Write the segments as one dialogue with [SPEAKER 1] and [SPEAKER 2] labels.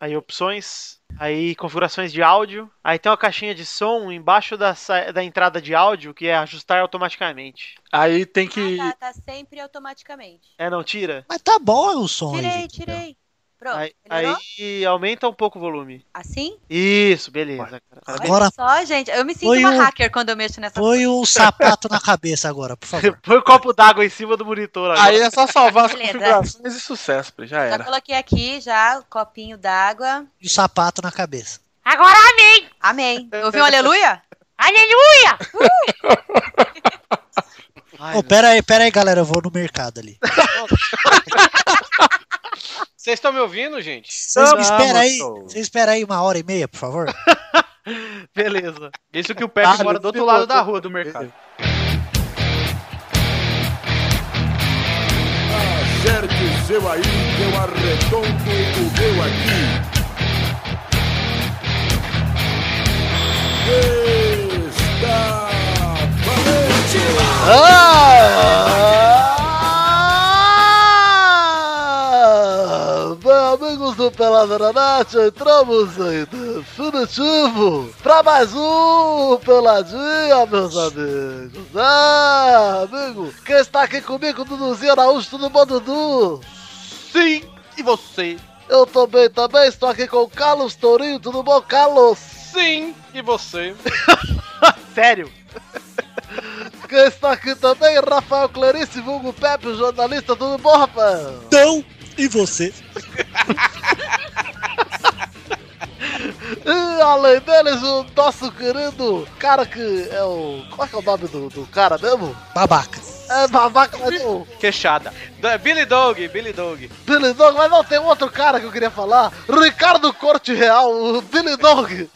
[SPEAKER 1] aí opções, aí configurações de áudio, aí tem uma caixinha de som embaixo da, sa- da entrada de áudio que é ajustar automaticamente.
[SPEAKER 2] Aí tem que.
[SPEAKER 3] Ah, tá, tá sempre automaticamente.
[SPEAKER 1] É, não, tira.
[SPEAKER 4] Mas tá bom o som.
[SPEAKER 3] Tirei,
[SPEAKER 4] gente.
[SPEAKER 3] tirei. Pronto,
[SPEAKER 1] Aí,
[SPEAKER 3] melhorou?
[SPEAKER 1] aí aumenta um pouco o volume.
[SPEAKER 3] Assim?
[SPEAKER 1] Isso, beleza. cara.
[SPEAKER 4] Agora
[SPEAKER 3] Olha só, gente, eu me sinto
[SPEAKER 4] Foi
[SPEAKER 3] uma
[SPEAKER 4] um-
[SPEAKER 3] hacker quando eu mexo nessa
[SPEAKER 4] põe um sapato na cabeça agora, por favor.
[SPEAKER 1] Põe o copo d'água em cima do monitor agora.
[SPEAKER 2] Aí é só salvar as
[SPEAKER 3] tá. Beleza.
[SPEAKER 2] configurações e sucesso, pô, já
[SPEAKER 3] Já
[SPEAKER 5] Tá
[SPEAKER 2] era.
[SPEAKER 3] coloquei aqui já o copinho d'água.
[SPEAKER 4] E o sapato na cabeça.
[SPEAKER 3] Agora amém! Amém. Ouviu um aleluia? Aleluia!
[SPEAKER 1] Ai,
[SPEAKER 4] Ô, pera aí, pera aí, galera. Eu vou no mercado ali.
[SPEAKER 5] Vocês estão me ouvindo, gente?
[SPEAKER 4] Vocês me
[SPEAKER 2] Vamos,
[SPEAKER 4] esperam aí.
[SPEAKER 2] show.
[SPEAKER 4] Vocês esperam aí uma hora e meia, por favor.
[SPEAKER 1] Beleza.
[SPEAKER 5] Isso que o Pepe
[SPEAKER 2] Ah,
[SPEAKER 5] mora
[SPEAKER 2] Deus
[SPEAKER 5] do outro
[SPEAKER 2] me
[SPEAKER 5] lado
[SPEAKER 2] botou.
[SPEAKER 5] da rua do mercado.
[SPEAKER 6] Acerte o seu aí, que eu arredondo o meu aqui. Está valente!
[SPEAKER 7] Ah! Bem, amigos do Pelada na Nath, entramos em definitivo pra mais um Peladinha, meus amigos. Ah, amigo, quem está aqui comigo, Duduzinho Araújo, tudo bom, Dudu?
[SPEAKER 5] Sim, e você?
[SPEAKER 7] Eu tô bem também, estou aqui com o Carlos Tourinho, tudo bom, Carlos?
[SPEAKER 5] Sim, e você?
[SPEAKER 1] Sério?
[SPEAKER 7] Quem está aqui também, Rafael Clarice, vulgo Pepe, jornalista, tudo bom, Rafael?
[SPEAKER 4] Então, e você?
[SPEAKER 7] E além deles, o nosso querido cara que é o. Qual é, que é o nome do, do cara mesmo?
[SPEAKER 4] Babaca.
[SPEAKER 7] É babaca, mas não.
[SPEAKER 5] Queixada. Da- Billy Dog, Billy Dog.
[SPEAKER 7] Billy Dog, mas não tem outro cara que eu queria falar. Ricardo Corte Real, o Billy Dog,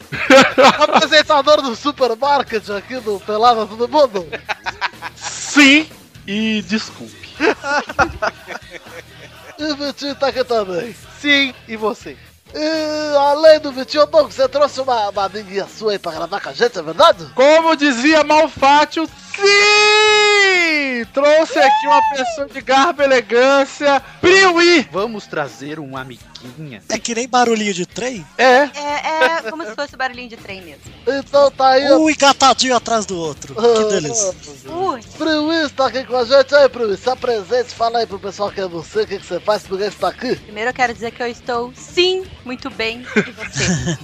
[SPEAKER 7] apresentador do supermarket aqui do Pelada Todo Mundo.
[SPEAKER 2] Sim e desculpe.
[SPEAKER 7] E o Vitinho tá aqui também.
[SPEAKER 1] Sim, e você?
[SPEAKER 7] E além do Vitinho, Doug, você trouxe uma, uma amiguinha sua aí pra gravar com a gente, é verdade?
[SPEAKER 2] Como dizia Malfátio, sim! Trouxe aqui uma pessoa de garbo e elegância, Priuí!
[SPEAKER 5] Vamos trazer uma amiguinha.
[SPEAKER 4] É que nem barulhinho de trem.
[SPEAKER 2] É,
[SPEAKER 3] É, é como se fosse o barulhinho de trem mesmo.
[SPEAKER 7] Então tá aí.
[SPEAKER 4] Um engatadinho atrás do outro. Uh, Que delícia.
[SPEAKER 3] Ui,
[SPEAKER 7] Priuí está tá aqui com a gente. Aí, Priuí, se apresente, fala aí pro pessoal quem é você, o que, que você faz, por que você tá aqui.
[SPEAKER 3] primeiro eu quero dizer que eu estou, sim, muito bem. E você?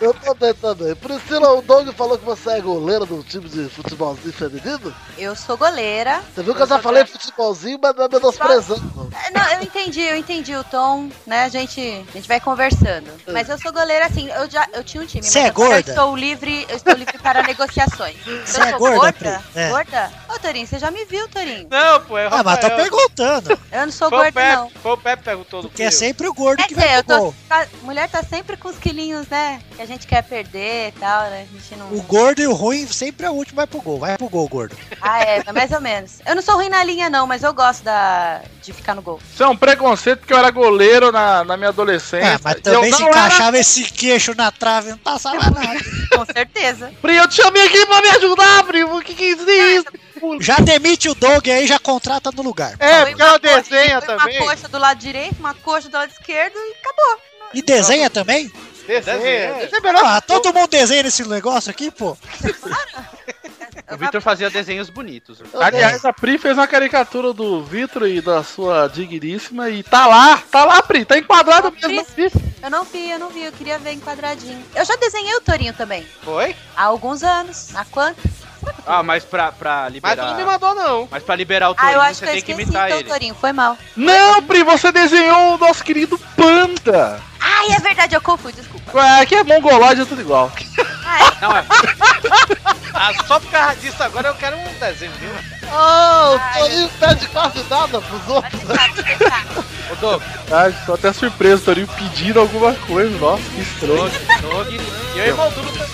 [SPEAKER 7] Eu também, também. Priscila, o Doug falou que você é goleira do time de futebolzinho feminino.
[SPEAKER 3] Eu sou goleira.
[SPEAKER 7] Você viu que eu já falei futebolzinho, mas não é menosprezando.
[SPEAKER 3] É, Não, eu entendi, eu entendi o tom, né? A gente, a gente vai conversando. Mas eu sou goleira, assim, eu já eu tinha um time,
[SPEAKER 4] Você
[SPEAKER 3] mas
[SPEAKER 4] é
[SPEAKER 3] agora
[SPEAKER 4] gorda?
[SPEAKER 3] eu estou livre, eu estou livre para negociações.
[SPEAKER 4] Você
[SPEAKER 3] eu
[SPEAKER 4] é
[SPEAKER 3] sou
[SPEAKER 4] gorda,
[SPEAKER 3] gorda?
[SPEAKER 4] Pri? É.
[SPEAKER 3] Gorda? Ô, Torinho, você já me viu, Torinho.
[SPEAKER 5] Não, pô, é o
[SPEAKER 4] Ah, mas tá
[SPEAKER 5] Rafael.
[SPEAKER 4] perguntando.
[SPEAKER 3] Eu não sou
[SPEAKER 5] Foi o
[SPEAKER 3] gorda,
[SPEAKER 5] Pepe,
[SPEAKER 3] não.
[SPEAKER 5] foi o Pepe que perguntou do
[SPEAKER 4] Que é
[SPEAKER 5] Priu.
[SPEAKER 4] sempre o gordo
[SPEAKER 3] Quer
[SPEAKER 4] que vai
[SPEAKER 3] dizer, eu
[SPEAKER 4] pro
[SPEAKER 3] tô,
[SPEAKER 4] gol.
[SPEAKER 3] tá- mulher tá sempre com os quilinhos, né? Que a gente quer perder e tal, né? A gente não.
[SPEAKER 4] O gordo e o ruim sempre é o último, vai pro gol. Vai pro gol, gordo.
[SPEAKER 3] Ah, é, mas mais ou menos. Eu não sou ruim na linha, não, mas eu gosto da... de ficar no gol.
[SPEAKER 2] isso é um preconceito porque eu era goleiro na, na minha adolescência.
[SPEAKER 4] Ah, mas
[SPEAKER 2] É, E eu
[SPEAKER 4] também se
[SPEAKER 2] não era-
[SPEAKER 4] encaixava esse queixo na trave, não tá passava nada.
[SPEAKER 3] Com certeza.
[SPEAKER 7] Pri, eu te chamei aqui pra me ajudar, primo. O que que isso é isso?
[SPEAKER 4] Já demite o Doug aí, já contrata no lugar.
[SPEAKER 1] É,
[SPEAKER 3] Foi
[SPEAKER 1] porque ela
[SPEAKER 3] uma coxa-
[SPEAKER 1] desenha
[SPEAKER 3] foi
[SPEAKER 1] também.
[SPEAKER 3] Uma coxa do lado direito, uma coxa do lado esquerdo e acabou.
[SPEAKER 4] E desenha também?
[SPEAKER 1] Desenha.
[SPEAKER 5] Desenha.
[SPEAKER 1] Desenha melhor.
[SPEAKER 4] Ah, todo mundo desenha nesse negócio aqui, pô.
[SPEAKER 5] O Victor fazia desenhos bonitos.
[SPEAKER 2] Aliás, a Pri fez uma caricatura do Vitro e da sua digníssima e tá lá, tá lá, Pri, tá enquadrado
[SPEAKER 3] Ah,
[SPEAKER 2] mesmo.
[SPEAKER 3] Pri.
[SPEAKER 2] na FIFA.
[SPEAKER 3] Eu não vi, eu não vi, eu queria ver enquadradinho. Eu já desenhei o Torinho também,
[SPEAKER 5] Foi?
[SPEAKER 3] há alguns anos. Há quanto?
[SPEAKER 5] Ah, mas pra, pra
[SPEAKER 1] Mas
[SPEAKER 5] liberar.
[SPEAKER 1] tu não me mandou, não.
[SPEAKER 5] Mas pra liberar É o
[SPEAKER 3] Ah,
[SPEAKER 5] Torinho,
[SPEAKER 3] eu acho
[SPEAKER 5] você
[SPEAKER 3] que eu
[SPEAKER 5] tem que
[SPEAKER 3] esqueci
[SPEAKER 5] imitar
[SPEAKER 3] então,
[SPEAKER 5] ele.
[SPEAKER 3] Torinho, foi mal.
[SPEAKER 2] Não, Pri, você desenhou o nosso querido Panda.
[SPEAKER 3] Ai, é verdade, eu confundi, desculpa.
[SPEAKER 2] Ué, Aqui é mongolóide, é tudo igual.
[SPEAKER 3] Ah,
[SPEAKER 5] Não, é. Ah, só por causa disso agora eu quero um desenho, viu?
[SPEAKER 7] Ah, o Toninho pede quase nada pros
[SPEAKER 3] é,
[SPEAKER 7] outros.
[SPEAKER 3] pode deixar, pode deixar.
[SPEAKER 5] Ô, Doug,
[SPEAKER 2] Ah, tô até surpreso, Torinho pedindo alguma coisa. Nossa, que estranho.
[SPEAKER 5] Doug, Doug. E eu e Malduno também.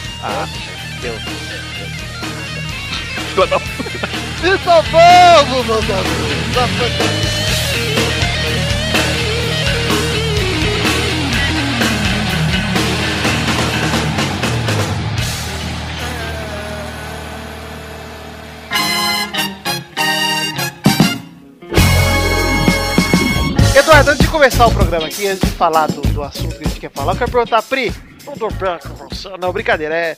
[SPEAKER 7] Então vamos, meus amigos. Já foi
[SPEAKER 5] Eduardo, antes de
[SPEAKER 1] começar o programa aqui, antes de falar do, do assunto que a gente quer falar, eu quero perguntar, Pri, não dou branco pra você. Não, brincadeira, é.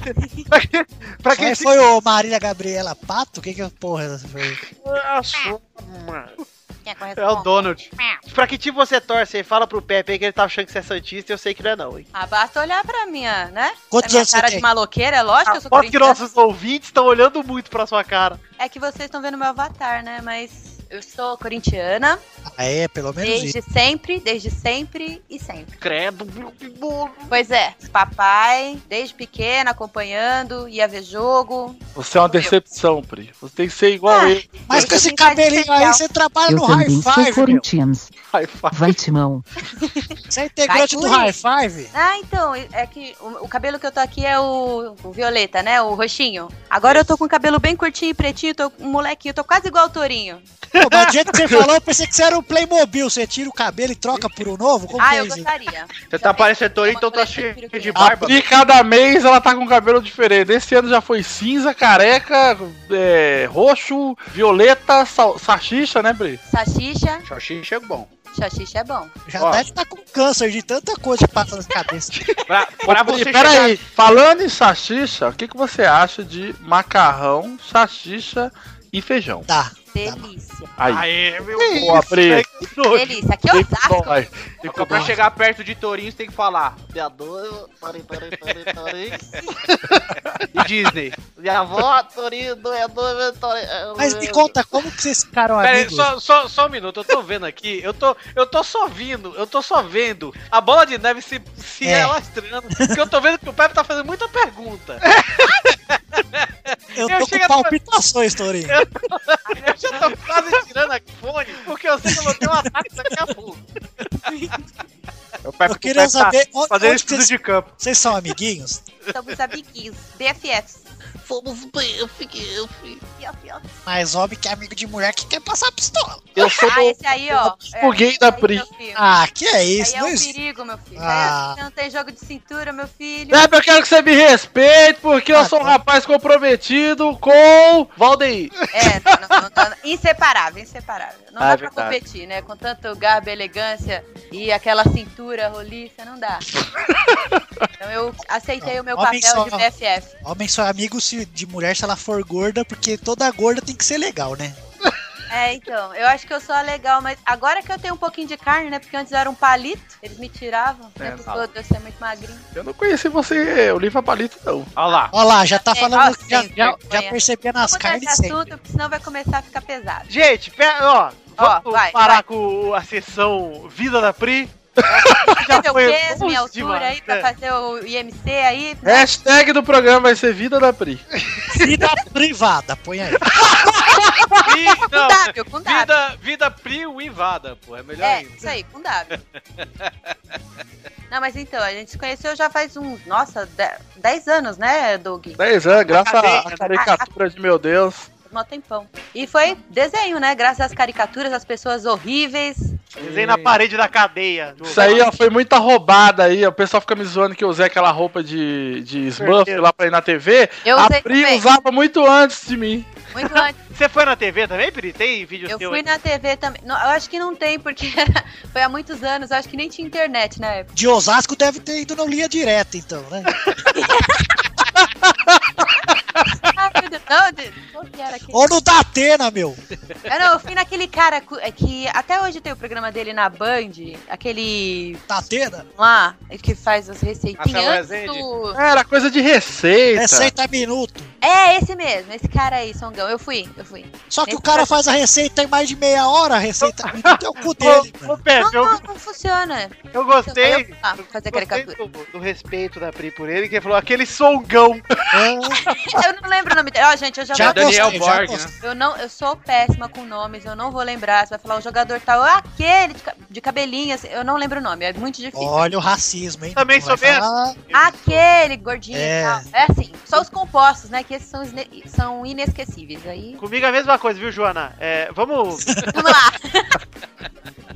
[SPEAKER 1] pra quem,
[SPEAKER 5] É
[SPEAKER 1] pra quem
[SPEAKER 4] Quem foi o Marília Gabriela Pato? Que que eu- porra foi?
[SPEAKER 3] É
[SPEAKER 1] A sua mãe.
[SPEAKER 3] Quem é,
[SPEAKER 1] É o Donald. Pra que tipo você torce aí? Fala pro Pepe aí que ele tá achando que você é Santista e eu sei que não é, não, hein?
[SPEAKER 3] Ah, basta olhar pra minha, né? Pra
[SPEAKER 4] Quantos
[SPEAKER 3] minha
[SPEAKER 4] anos você
[SPEAKER 3] cara
[SPEAKER 4] tem?
[SPEAKER 3] de maloqueira, é lógico que eu sou
[SPEAKER 1] Aposto que
[SPEAKER 3] corintiana.
[SPEAKER 1] nossos ouvintes estão olhando muito pra sua cara.
[SPEAKER 3] É que vocês estão vendo meu avatar, né? Mas eu sou corintiana
[SPEAKER 4] Ah, é, pelo menos isso.
[SPEAKER 3] desde sempre, desde sempre e sempre.
[SPEAKER 1] Credo, meu Deus.
[SPEAKER 3] Pois é, papai, desde pequena, acompanhando, ia ver jogo.
[SPEAKER 2] Você é uma decepção, Pri. Você tem que ser igual
[SPEAKER 3] Ah.
[SPEAKER 2] a ele.
[SPEAKER 4] Mas com esse
[SPEAKER 3] Brincar de
[SPEAKER 4] cabelinho aí,
[SPEAKER 3] especial.
[SPEAKER 4] você trabalha
[SPEAKER 8] Eu
[SPEAKER 4] no High
[SPEAKER 8] também sou
[SPEAKER 4] Five, meu.
[SPEAKER 8] Corinthians.
[SPEAKER 2] High five.
[SPEAKER 8] Vai, Timão.
[SPEAKER 4] Você é integrante
[SPEAKER 3] Vai,
[SPEAKER 4] do
[SPEAKER 3] Luiz.
[SPEAKER 4] High Five?
[SPEAKER 3] Ah, então, é que o, o cabelo que eu tô aqui é o, o violeta, né? O roxinho. Agora eu tô com o cabelo bem curtinho e pretinho, tô um molequinho, tô quase igual o tourinho.
[SPEAKER 4] Pô, mas do jeito que você falou, eu pensei que você era um Playmobil. Você tira o cabelo e troca por um novo? Como que
[SPEAKER 3] ah,
[SPEAKER 4] é
[SPEAKER 3] eu
[SPEAKER 4] isso?
[SPEAKER 3] gostaria.
[SPEAKER 5] Você tá parecendo Torinho, então tá cheio de
[SPEAKER 2] A
[SPEAKER 5] barba.
[SPEAKER 2] Pri, cada mês, ela tá com cabelo diferente. Esse ano já foi cinza, careca, é, roxo, violeta, sal, sachicha, né, Pri?
[SPEAKER 3] Sachicha,
[SPEAKER 5] Xoxinho chega bom.
[SPEAKER 3] sachicha é bom.
[SPEAKER 4] Já
[SPEAKER 5] Ó.
[SPEAKER 4] deve estar com câncer de tanta coisa que passa na cabeça.
[SPEAKER 5] Pra, pra você chegar...
[SPEAKER 2] peraí, falando em sachicha, o que, que você acha de macarrão, sachicha e feijão?
[SPEAKER 4] Tá.
[SPEAKER 3] Delícia.
[SPEAKER 2] Aí.
[SPEAKER 5] Aê, meu...
[SPEAKER 2] Boa, Pri.
[SPEAKER 3] Delícia. Aqui é o
[SPEAKER 2] Bom,
[SPEAKER 3] Osasco.
[SPEAKER 2] vai.
[SPEAKER 5] Pra pra chegar perto de Torinho, você tem que falar.
[SPEAKER 7] Vereador, parei, parei, parei, parei.
[SPEAKER 5] E Disney.
[SPEAKER 7] Minha avó, é Torino, doador, Torino.
[SPEAKER 4] Mas me conta, como que vocês ficaram
[SPEAKER 5] Pera aí,
[SPEAKER 4] amigos?
[SPEAKER 5] só, só, só um minuto, eu tô vendo aqui, eu tô, eu tô só vindo, eu tô só vendo a bola de neve se, se
[SPEAKER 4] É.
[SPEAKER 5] alastrando, porque eu tô vendo que o Pepe tá fazendo muita pergunta.
[SPEAKER 4] eu
[SPEAKER 5] eu
[SPEAKER 4] tô
[SPEAKER 5] chego
[SPEAKER 4] com
[SPEAKER 5] a-
[SPEAKER 4] palpitações, Torinho.
[SPEAKER 5] Eu já tô quase tirando a fone, porque eu sei que eu vou ter um ataque daqui a pouco.
[SPEAKER 2] O Pepe-
[SPEAKER 4] Eu queria
[SPEAKER 2] o Pepe tá
[SPEAKER 4] saber onde,
[SPEAKER 2] Fazendo
[SPEAKER 4] onde
[SPEAKER 2] estudo
[SPEAKER 4] vocês,
[SPEAKER 2] de campo.
[SPEAKER 4] vocês são amiguinhos?
[SPEAKER 3] Somos amiguinhos. BFFs.
[SPEAKER 7] Somos bem, eu fiquei, eu fiquei.
[SPEAKER 4] Mas homem que é amigo de mulher que quer passar pistola.
[SPEAKER 2] Eu sou
[SPEAKER 3] Ah, esse aí, ó. É,
[SPEAKER 2] o gay da
[SPEAKER 3] esse aí,
[SPEAKER 2] Pri.
[SPEAKER 3] meu filho.
[SPEAKER 4] Ah, que é
[SPEAKER 3] Aí
[SPEAKER 4] isso,
[SPEAKER 3] é
[SPEAKER 4] não
[SPEAKER 3] um
[SPEAKER 4] existe.
[SPEAKER 3] perigo, meu filho.
[SPEAKER 4] Ah.
[SPEAKER 3] Aí Você não tem jogo de cintura, meu filho.
[SPEAKER 2] Pepe, eu quero que você me respeite, porque eu
[SPEAKER 4] Ah,
[SPEAKER 2] sou um
[SPEAKER 4] tá.
[SPEAKER 2] rapaz comprometido com Valdeir.
[SPEAKER 3] É, não, não, não, não, inseparável, inseparável. Não
[SPEAKER 2] Ah, é
[SPEAKER 3] dá pra
[SPEAKER 2] verdade.
[SPEAKER 3] competir, né? Com tanto garbo, elegância e aquela cintura roliça, não dá. então eu aceitei o meu
[SPEAKER 4] Homem
[SPEAKER 3] papel
[SPEAKER 4] só-
[SPEAKER 3] de BFF.
[SPEAKER 4] Homem só é amigo se- de mulher se ela for gorda, porque toda gorda tem que ser legal, né?
[SPEAKER 3] É, então, eu acho que eu sou a legal, mas agora que eu tenho um pouquinho de carne, né? Porque antes eu era um palito, eles me tiravam o
[SPEAKER 2] É,
[SPEAKER 3] tempo
[SPEAKER 5] fala.
[SPEAKER 3] todo, eu ser muito magrinho.
[SPEAKER 2] Eu não conheci você, Oliva Palito, não.
[SPEAKER 5] Olha lá.
[SPEAKER 4] Olha lá, já tá
[SPEAKER 3] É,
[SPEAKER 4] falando,
[SPEAKER 3] ó,
[SPEAKER 4] já,
[SPEAKER 3] sem
[SPEAKER 4] já,
[SPEAKER 3] vergonha.
[SPEAKER 4] já percebia nas
[SPEAKER 3] Vamos mudar esse
[SPEAKER 4] carnes sempre.
[SPEAKER 3] assunto, porque senão vai começar a ficar pesado.
[SPEAKER 1] Gente, pera, ó.
[SPEAKER 3] Ó,
[SPEAKER 1] Vamos
[SPEAKER 3] vai,
[SPEAKER 1] parar
[SPEAKER 3] vai.
[SPEAKER 1] com a sessão Vida da Pri.
[SPEAKER 3] Fazer o
[SPEAKER 1] foi
[SPEAKER 3] peso, minha
[SPEAKER 1] longe demais,
[SPEAKER 3] altura aí, pra
[SPEAKER 1] é.
[SPEAKER 3] fazer o IMC aí, né?
[SPEAKER 4] É.
[SPEAKER 2] Hashtag do programa vai ser Vida da Pri.
[SPEAKER 4] Vida privada, põe aí.
[SPEAKER 5] E,
[SPEAKER 3] Com
[SPEAKER 5] não,
[SPEAKER 3] W, com W.
[SPEAKER 5] vida, vida priuivada, pô, é melhor
[SPEAKER 3] É,
[SPEAKER 5] ainda.
[SPEAKER 3] isso aí, com W. Não, mas então, a gente se conheceu já faz uns, nossa, de- 10 anos, né, Doug?
[SPEAKER 2] 10 anos, graças
[SPEAKER 5] cadeia,
[SPEAKER 2] à caricatura de meu Deus.
[SPEAKER 3] Mó tempão. E foi desenho, né? Graças às caricaturas, às pessoas horríveis.
[SPEAKER 1] Desenho na parede da cadeia. Do-
[SPEAKER 2] Isso aí, ó, foi muita roubada aí. ó. O pessoal fica me zoando que eu usei aquela roupa de, de Smurf
[SPEAKER 1] Certeza.
[SPEAKER 2] lá pra ir na TV.
[SPEAKER 3] Eu
[SPEAKER 2] a
[SPEAKER 3] usei
[SPEAKER 2] Pri
[SPEAKER 3] também,
[SPEAKER 2] usava muito antes de mim.
[SPEAKER 3] muito antes.
[SPEAKER 1] Você foi na TV também, Pri? Tem vídeo
[SPEAKER 3] Eu
[SPEAKER 1] seu
[SPEAKER 3] fui
[SPEAKER 1] aí?
[SPEAKER 3] na TV também. Não, eu acho que não tem, porque foi há muitos anos. Eu acho que nem tinha internet na época.
[SPEAKER 4] De Osasco deve ter ido no linha direta, então, né?
[SPEAKER 3] Ai, meu Deus. Não, de- qual que era aquele?
[SPEAKER 4] Ou no Datena, meu.
[SPEAKER 3] Eu não, eu fui naquele cara cu- é que até hoje tem o programa dele na Band, aquele
[SPEAKER 4] Datena?
[SPEAKER 3] lá que faz as receitinhas
[SPEAKER 5] Marcelo
[SPEAKER 3] antes
[SPEAKER 5] Rezende?
[SPEAKER 3] do...
[SPEAKER 2] Era coisa de receita.
[SPEAKER 4] Receita é minuto.
[SPEAKER 3] É, esse mesmo, esse cara aí, Songão. Eu fui, eu fui.
[SPEAKER 4] Só que
[SPEAKER 3] Esse
[SPEAKER 4] o cara
[SPEAKER 3] cara-
[SPEAKER 4] faz a receita em mais de meia hora, a receita é minuto é o cu dele,
[SPEAKER 1] Ô, ô,
[SPEAKER 4] mano.
[SPEAKER 3] Não,
[SPEAKER 1] Pepe, eu,
[SPEAKER 3] não, não funciona.
[SPEAKER 1] eu gostei.
[SPEAKER 3] Eu vou lá fazer
[SPEAKER 1] eu
[SPEAKER 3] caricatura.
[SPEAKER 1] gostei do, do respeito da Pri por ele, que ele falou aquele songão.
[SPEAKER 4] É,
[SPEAKER 3] Eu não lembro o nome dele. Ó, gente, eu já,
[SPEAKER 4] Já
[SPEAKER 3] vou...
[SPEAKER 4] gostei,
[SPEAKER 5] Daniel
[SPEAKER 4] já
[SPEAKER 5] Borg,
[SPEAKER 1] né?
[SPEAKER 4] gostei.
[SPEAKER 3] Eu, não, eu sou péssima com nomes, eu não vou lembrar. Você vai falar o jogador tal, ah, aquele de, ca- de cabelinho, assim, eu não lembro o nome, é muito difícil.
[SPEAKER 4] Olha o racismo, hein?
[SPEAKER 1] Também
[SPEAKER 4] Vai
[SPEAKER 1] sou mesmo.
[SPEAKER 4] falar-
[SPEAKER 3] Aquele gordinho
[SPEAKER 4] É.
[SPEAKER 3] e tal. É assim, só os compostos, né? Que esses são, esne- são inesquecíveis. Aí.
[SPEAKER 1] Comigo é a mesma coisa, viu, Joana? É, vamos,
[SPEAKER 3] Vamos lá.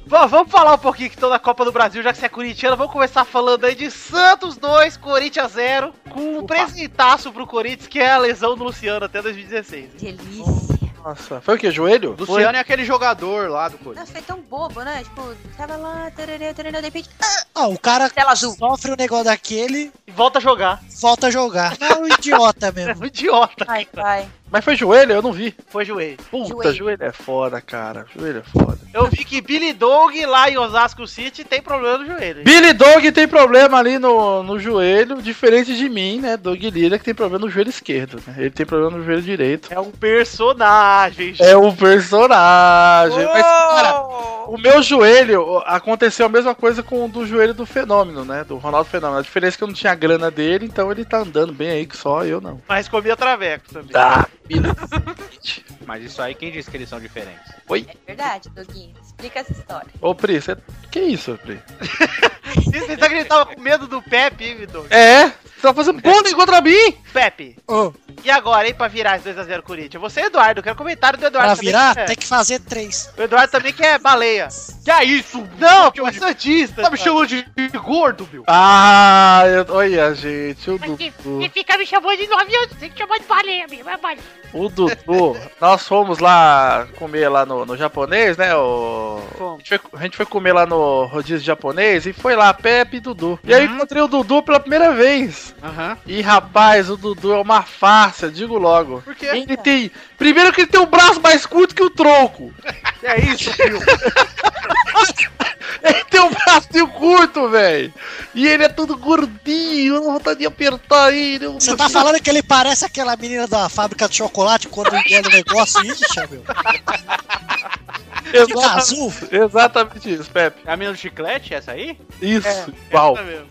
[SPEAKER 1] va- vamos falar um pouquinho que tô na Copa do Brasil, já que você é corintiano. Vamos começar falando aí de Santos 2, Corinthians 0, com um presentaço pro Corinthians, que é a lesão do Luciano até 2016.
[SPEAKER 3] Delícia.
[SPEAKER 2] Nossa, foi o que? Joelho?
[SPEAKER 5] Luciano é aquele jogador lá do Corinthians.
[SPEAKER 3] Nossa, foi tão bobo, né? Tipo, tava lá, tererê, tererê, de repente,
[SPEAKER 4] Ah, o cara
[SPEAKER 3] tela azul.
[SPEAKER 4] sofre um negócio daquele,
[SPEAKER 1] E volta a jogar.
[SPEAKER 4] volta a jogar. É um idiota mesmo.
[SPEAKER 1] Um idiota.
[SPEAKER 3] Ai, pai.
[SPEAKER 2] Mas foi joelho? Eu não vi.
[SPEAKER 1] Foi joelho.
[SPEAKER 2] Puta,
[SPEAKER 3] Joelho.
[SPEAKER 2] joelho é foda, cara. Joelho é foda.
[SPEAKER 1] Eu vi que Billy Dog lá em Osasco City tem problema no joelho.
[SPEAKER 2] Billy Dog tem problema ali no, no joelho, diferente de mim, né? Doug Lira que tem problema no joelho esquerdo, né? Ele tem problema no joelho direito.
[SPEAKER 1] É um personagem. gente.
[SPEAKER 2] É um personagem. Mas, cara, o meu joelho aconteceu a mesma coisa com o do joelho do fenômeno, né? Do Ronaldo Fenômeno. A diferença é que eu não tinha grana dele, então ele tá andando bem aí, que só eu não.
[SPEAKER 1] Mas comia traveco também.
[SPEAKER 2] Tá.
[SPEAKER 5] Mas isso aí, quem disse que eles são diferentes?
[SPEAKER 3] É verdade, Doguinho. Explica essa história.
[SPEAKER 2] Ô, Pri, você. Que isso, Pri?
[SPEAKER 1] Você tá que ele tava com medo do Pepe, hein, Vitor?
[SPEAKER 2] É? Você tá fazendo bullying contra mim?
[SPEAKER 1] Pepe,
[SPEAKER 4] Ô,
[SPEAKER 1] e agora, hein, pra virar esse 2x0 Corinthians? Você, Eduardo, eu quero comentário do Eduardo
[SPEAKER 4] pra
[SPEAKER 1] também,
[SPEAKER 4] virar,
[SPEAKER 1] que é-
[SPEAKER 4] tem que fazer três.
[SPEAKER 1] O Eduardo também que é baleia.
[SPEAKER 5] Que é isso?
[SPEAKER 1] Não, pô, é santista.
[SPEAKER 5] Tá me chamando de gordo, meu?
[SPEAKER 2] Ah, eu- olha, gente, o Dudu.
[SPEAKER 8] E fica me chamando de nove anos, tem que chamar de baleia mesmo, é baleia.
[SPEAKER 2] O Dudu, nós fomos lá comer lá no, no japonês, né? O... A,
[SPEAKER 1] Fomos.
[SPEAKER 2] gente foi, a gente foi comer lá no rodízio japonês e foi lá, Pepe e Dudu. E aí encontrei o Dudu pela primeira vez.
[SPEAKER 5] Uhum. Aham.
[SPEAKER 2] E rapaz, o Dudu é uma farsa, digo logo.
[SPEAKER 5] Por
[SPEAKER 1] é
[SPEAKER 5] quê?
[SPEAKER 2] Ele tem. Primeiro que ele tem um braço mais curto que o tronco.
[SPEAKER 5] É isso, filho.
[SPEAKER 2] Ele tem um bracinho curto, velho. E ele é todo gordinho, eu não vontade de apertar ele. eu-
[SPEAKER 4] Você tá falando que ele parece aquela menina da fábrica de chocolate quando engole o negócio? Ixi, meu. Fica
[SPEAKER 2] Exata-
[SPEAKER 4] azul.
[SPEAKER 2] Exatamente isso, Pepe.
[SPEAKER 5] É a mina do chiclete, essa aí?
[SPEAKER 2] Isso,
[SPEAKER 5] É,
[SPEAKER 2] igual.
[SPEAKER 1] Tá mesmo.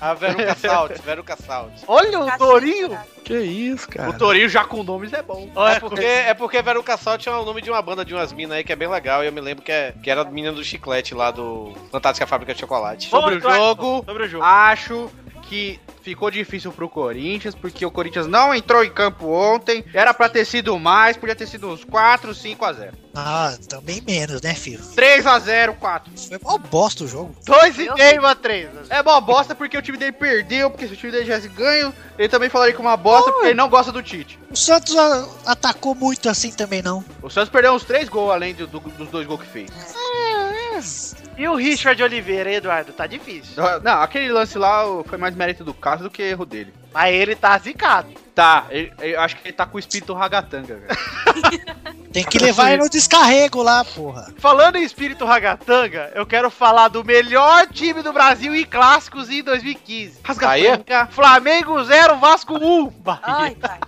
[SPEAKER 5] A Veruca Saltz, Veruca Saltz.
[SPEAKER 1] Olha o Dorinho.
[SPEAKER 3] né?
[SPEAKER 2] Que isso, cara.
[SPEAKER 5] O Torinho já com nomes é bom.
[SPEAKER 1] Olha,
[SPEAKER 9] É porque, é porque Veruca Salt é o nome de uma banda de umas minas aí que é bem legal. E eu me lembro que, é, que era a menina do chiclete lá do Fantástica Fábrica de Chocolate.
[SPEAKER 5] Sobre o
[SPEAKER 1] Vamos,
[SPEAKER 5] jogo,
[SPEAKER 1] Sobre o jogo.
[SPEAKER 5] acho que ficou difícil pro Corinthians, porque o Corinthians não entrou em campo ontem. Era pra ter sido mais, podia ter sido uns 4, 5 a 0.
[SPEAKER 4] Ah, também menos, né, filho?
[SPEAKER 5] 3 a 0, 4.
[SPEAKER 4] Foi mó bosta o jogo.
[SPEAKER 1] 2,5 a 3.
[SPEAKER 5] É uma bosta porque o time dele perdeu, porque se o time dele tivesse ganho, ele também falaria que é uma bosta porque ele não gosta do Tite.
[SPEAKER 4] O Santos ah, atacou muito assim também, não.
[SPEAKER 5] O Santos perdeu uns 3 gols além do- do- dos dois gols que fez.
[SPEAKER 1] E o Richard Oliveira, hein, Eduardo? Tá difícil.
[SPEAKER 5] Não, aquele lance lá foi mais mérito do Cássio do que erro dele.
[SPEAKER 1] Mas ele tá zicado.
[SPEAKER 5] Tá, ele- eu acho que ele tá com o espírito ragatanga, velho.
[SPEAKER 4] Tem que levar ele no descarrego lá, porra.
[SPEAKER 1] Falando em espírito ragatanga, eu quero falar do melhor time do Brasil em clássicos em 2015.
[SPEAKER 9] Aí é?
[SPEAKER 1] Flamengo 0, Vasco 1.
[SPEAKER 3] Ai, pai.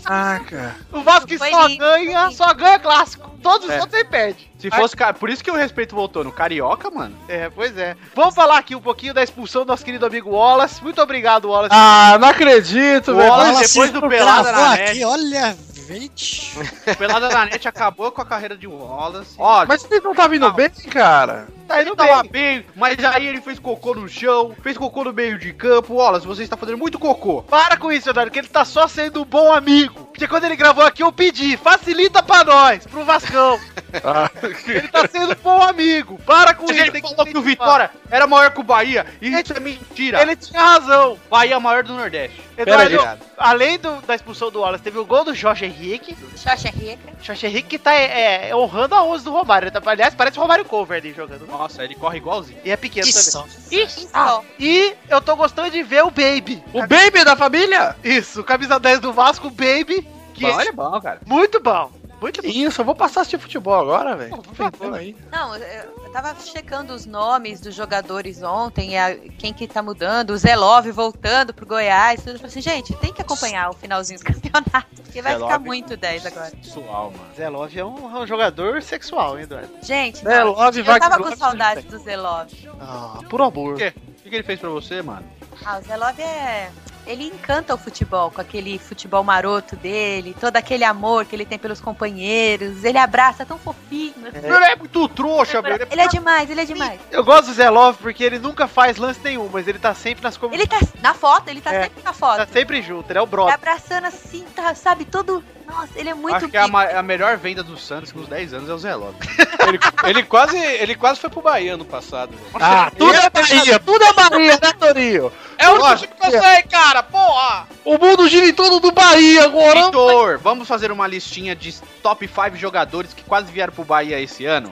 [SPEAKER 2] Caraca.
[SPEAKER 1] O Vasco que
[SPEAKER 3] Foi
[SPEAKER 1] só
[SPEAKER 3] lindo, foi
[SPEAKER 1] ganha,
[SPEAKER 3] lindo.
[SPEAKER 1] só ganha clássico. Todos os
[SPEAKER 5] É.
[SPEAKER 1] outros ele perde.
[SPEAKER 5] Se fosse. ca- Por isso que o respeito voltou no Carioca, mano.
[SPEAKER 1] É, pois é. Vamos falar aqui um pouquinho da expulsão do nosso querido amigo Wallace. Muito obrigado, Wallace.
[SPEAKER 2] Ah, não acredito,
[SPEAKER 1] O
[SPEAKER 2] velho.
[SPEAKER 1] Wallace
[SPEAKER 4] Fala
[SPEAKER 1] depois
[SPEAKER 4] assim,
[SPEAKER 1] do Pelada
[SPEAKER 4] gravou
[SPEAKER 1] na
[SPEAKER 4] aqui, olha, gente.
[SPEAKER 5] O Pelada da Net acabou com a carreira de Wallace. Ó,
[SPEAKER 2] Mas ele não tava indo bem, cara.
[SPEAKER 1] tá
[SPEAKER 5] ele
[SPEAKER 1] indo
[SPEAKER 5] tava
[SPEAKER 1] bem.
[SPEAKER 5] bem. mas aí ele fez cocô no chão, fez cocô no meio de campo. Wallace, você está fazendo muito cocô.
[SPEAKER 1] Para com isso, Eduardo, que ele tá só sendo um bom amigo. Porque quando ele gravou aqui, eu pedi, facilita pra nós, pro Vascão.
[SPEAKER 2] Ah,
[SPEAKER 1] Ele tá sendo um bom amigo. Para com isso.
[SPEAKER 5] Ele
[SPEAKER 1] tem
[SPEAKER 5] falou que o
[SPEAKER 1] incentivar.
[SPEAKER 5] Vitória era maior que o Bahia. E isso é mentira.
[SPEAKER 1] Ele tinha razão.
[SPEAKER 5] Bahia é maior do Nordeste.
[SPEAKER 1] Eduardo,
[SPEAKER 2] aí.
[SPEAKER 1] além do- da expulsão do Wallace, teve o gol do Jorge Henrique.
[SPEAKER 3] Xoxa rica.
[SPEAKER 1] Jorge Henrique que tá é, é, honrando a 11 do Romário. Ele tá- Aliás, parece o Romário Cover ali jogando.
[SPEAKER 5] Nossa, ele corre igualzinho.
[SPEAKER 1] E é pequeno
[SPEAKER 4] Que
[SPEAKER 1] também.
[SPEAKER 4] só.
[SPEAKER 3] Isso. Ah.
[SPEAKER 1] E eu tô gostando de ver o Baby.
[SPEAKER 2] o baby
[SPEAKER 5] é
[SPEAKER 2] da família?
[SPEAKER 1] Isso, camisa 10 do Vasco, o Baby. Que
[SPEAKER 5] Bom, ele é bom, cara.
[SPEAKER 1] Muito bom. Muito
[SPEAKER 2] Que
[SPEAKER 1] bom.
[SPEAKER 2] isso, eu vou passar a assistir futebol agora, velho.
[SPEAKER 1] Pô, por favor.
[SPEAKER 2] aí.
[SPEAKER 3] Não, eu eu tava checando os nomes dos jogadores ontem, e a- quem que tá mudando, o Zé Love voltando pro Goiás, tudo Eu falei assim, gente, tem que acompanhar o finalzinho do campeonato, porque vai
[SPEAKER 5] Zé
[SPEAKER 3] ficar
[SPEAKER 5] Love.
[SPEAKER 3] muito 10 agora.
[SPEAKER 5] Sual, mano.
[SPEAKER 1] Zé Love é um, é um jogador sexual, hein, Eduardo?
[SPEAKER 3] Gente,
[SPEAKER 2] Zé
[SPEAKER 3] não,
[SPEAKER 2] É, Love
[SPEAKER 3] eu
[SPEAKER 2] vai-
[SPEAKER 3] tava com saudade do Zé Love.
[SPEAKER 1] Ah, por amor.
[SPEAKER 5] O que, que ele fez pra você, mano?
[SPEAKER 3] Ah, o Zé Love é... Ele encanta o futebol, com aquele futebol maroto dele, todo aquele amor que ele tem pelos companheiros, ele abraça é tão fofinho.
[SPEAKER 5] Ele é muito trouxa, velho.
[SPEAKER 3] Ele é demais, ele é demais.
[SPEAKER 1] Eu gosto do Zé Love porque ele nunca faz lance nenhum, mas ele tá sempre nas comunidades.
[SPEAKER 3] Ele tá na foto, ele tá
[SPEAKER 1] É.
[SPEAKER 3] sempre na
[SPEAKER 1] Tá
[SPEAKER 3] foto.
[SPEAKER 1] sempre junto, ele é o
[SPEAKER 3] Tá
[SPEAKER 1] brother.
[SPEAKER 3] abraçando assim, tá, sabe, todo... Nossa, ele é muito
[SPEAKER 5] Acho que a,
[SPEAKER 3] big.
[SPEAKER 5] ma- a melhor venda do Santos nos 10 anos é o Zé Lopes.
[SPEAKER 9] Ele, ele quase, ele quase foi pro Bahia ano passado. velho.
[SPEAKER 2] Ah, tudo é Bahia, tudo é Bahia, né, Torinho?
[SPEAKER 9] É o único que eu sei, cara, porra!
[SPEAKER 2] O mundo gira em torno do Bahia agora.
[SPEAKER 5] Vitor, vamos fazer uma listinha de top 5 jogadores que quase vieram pro Bahia esse ano?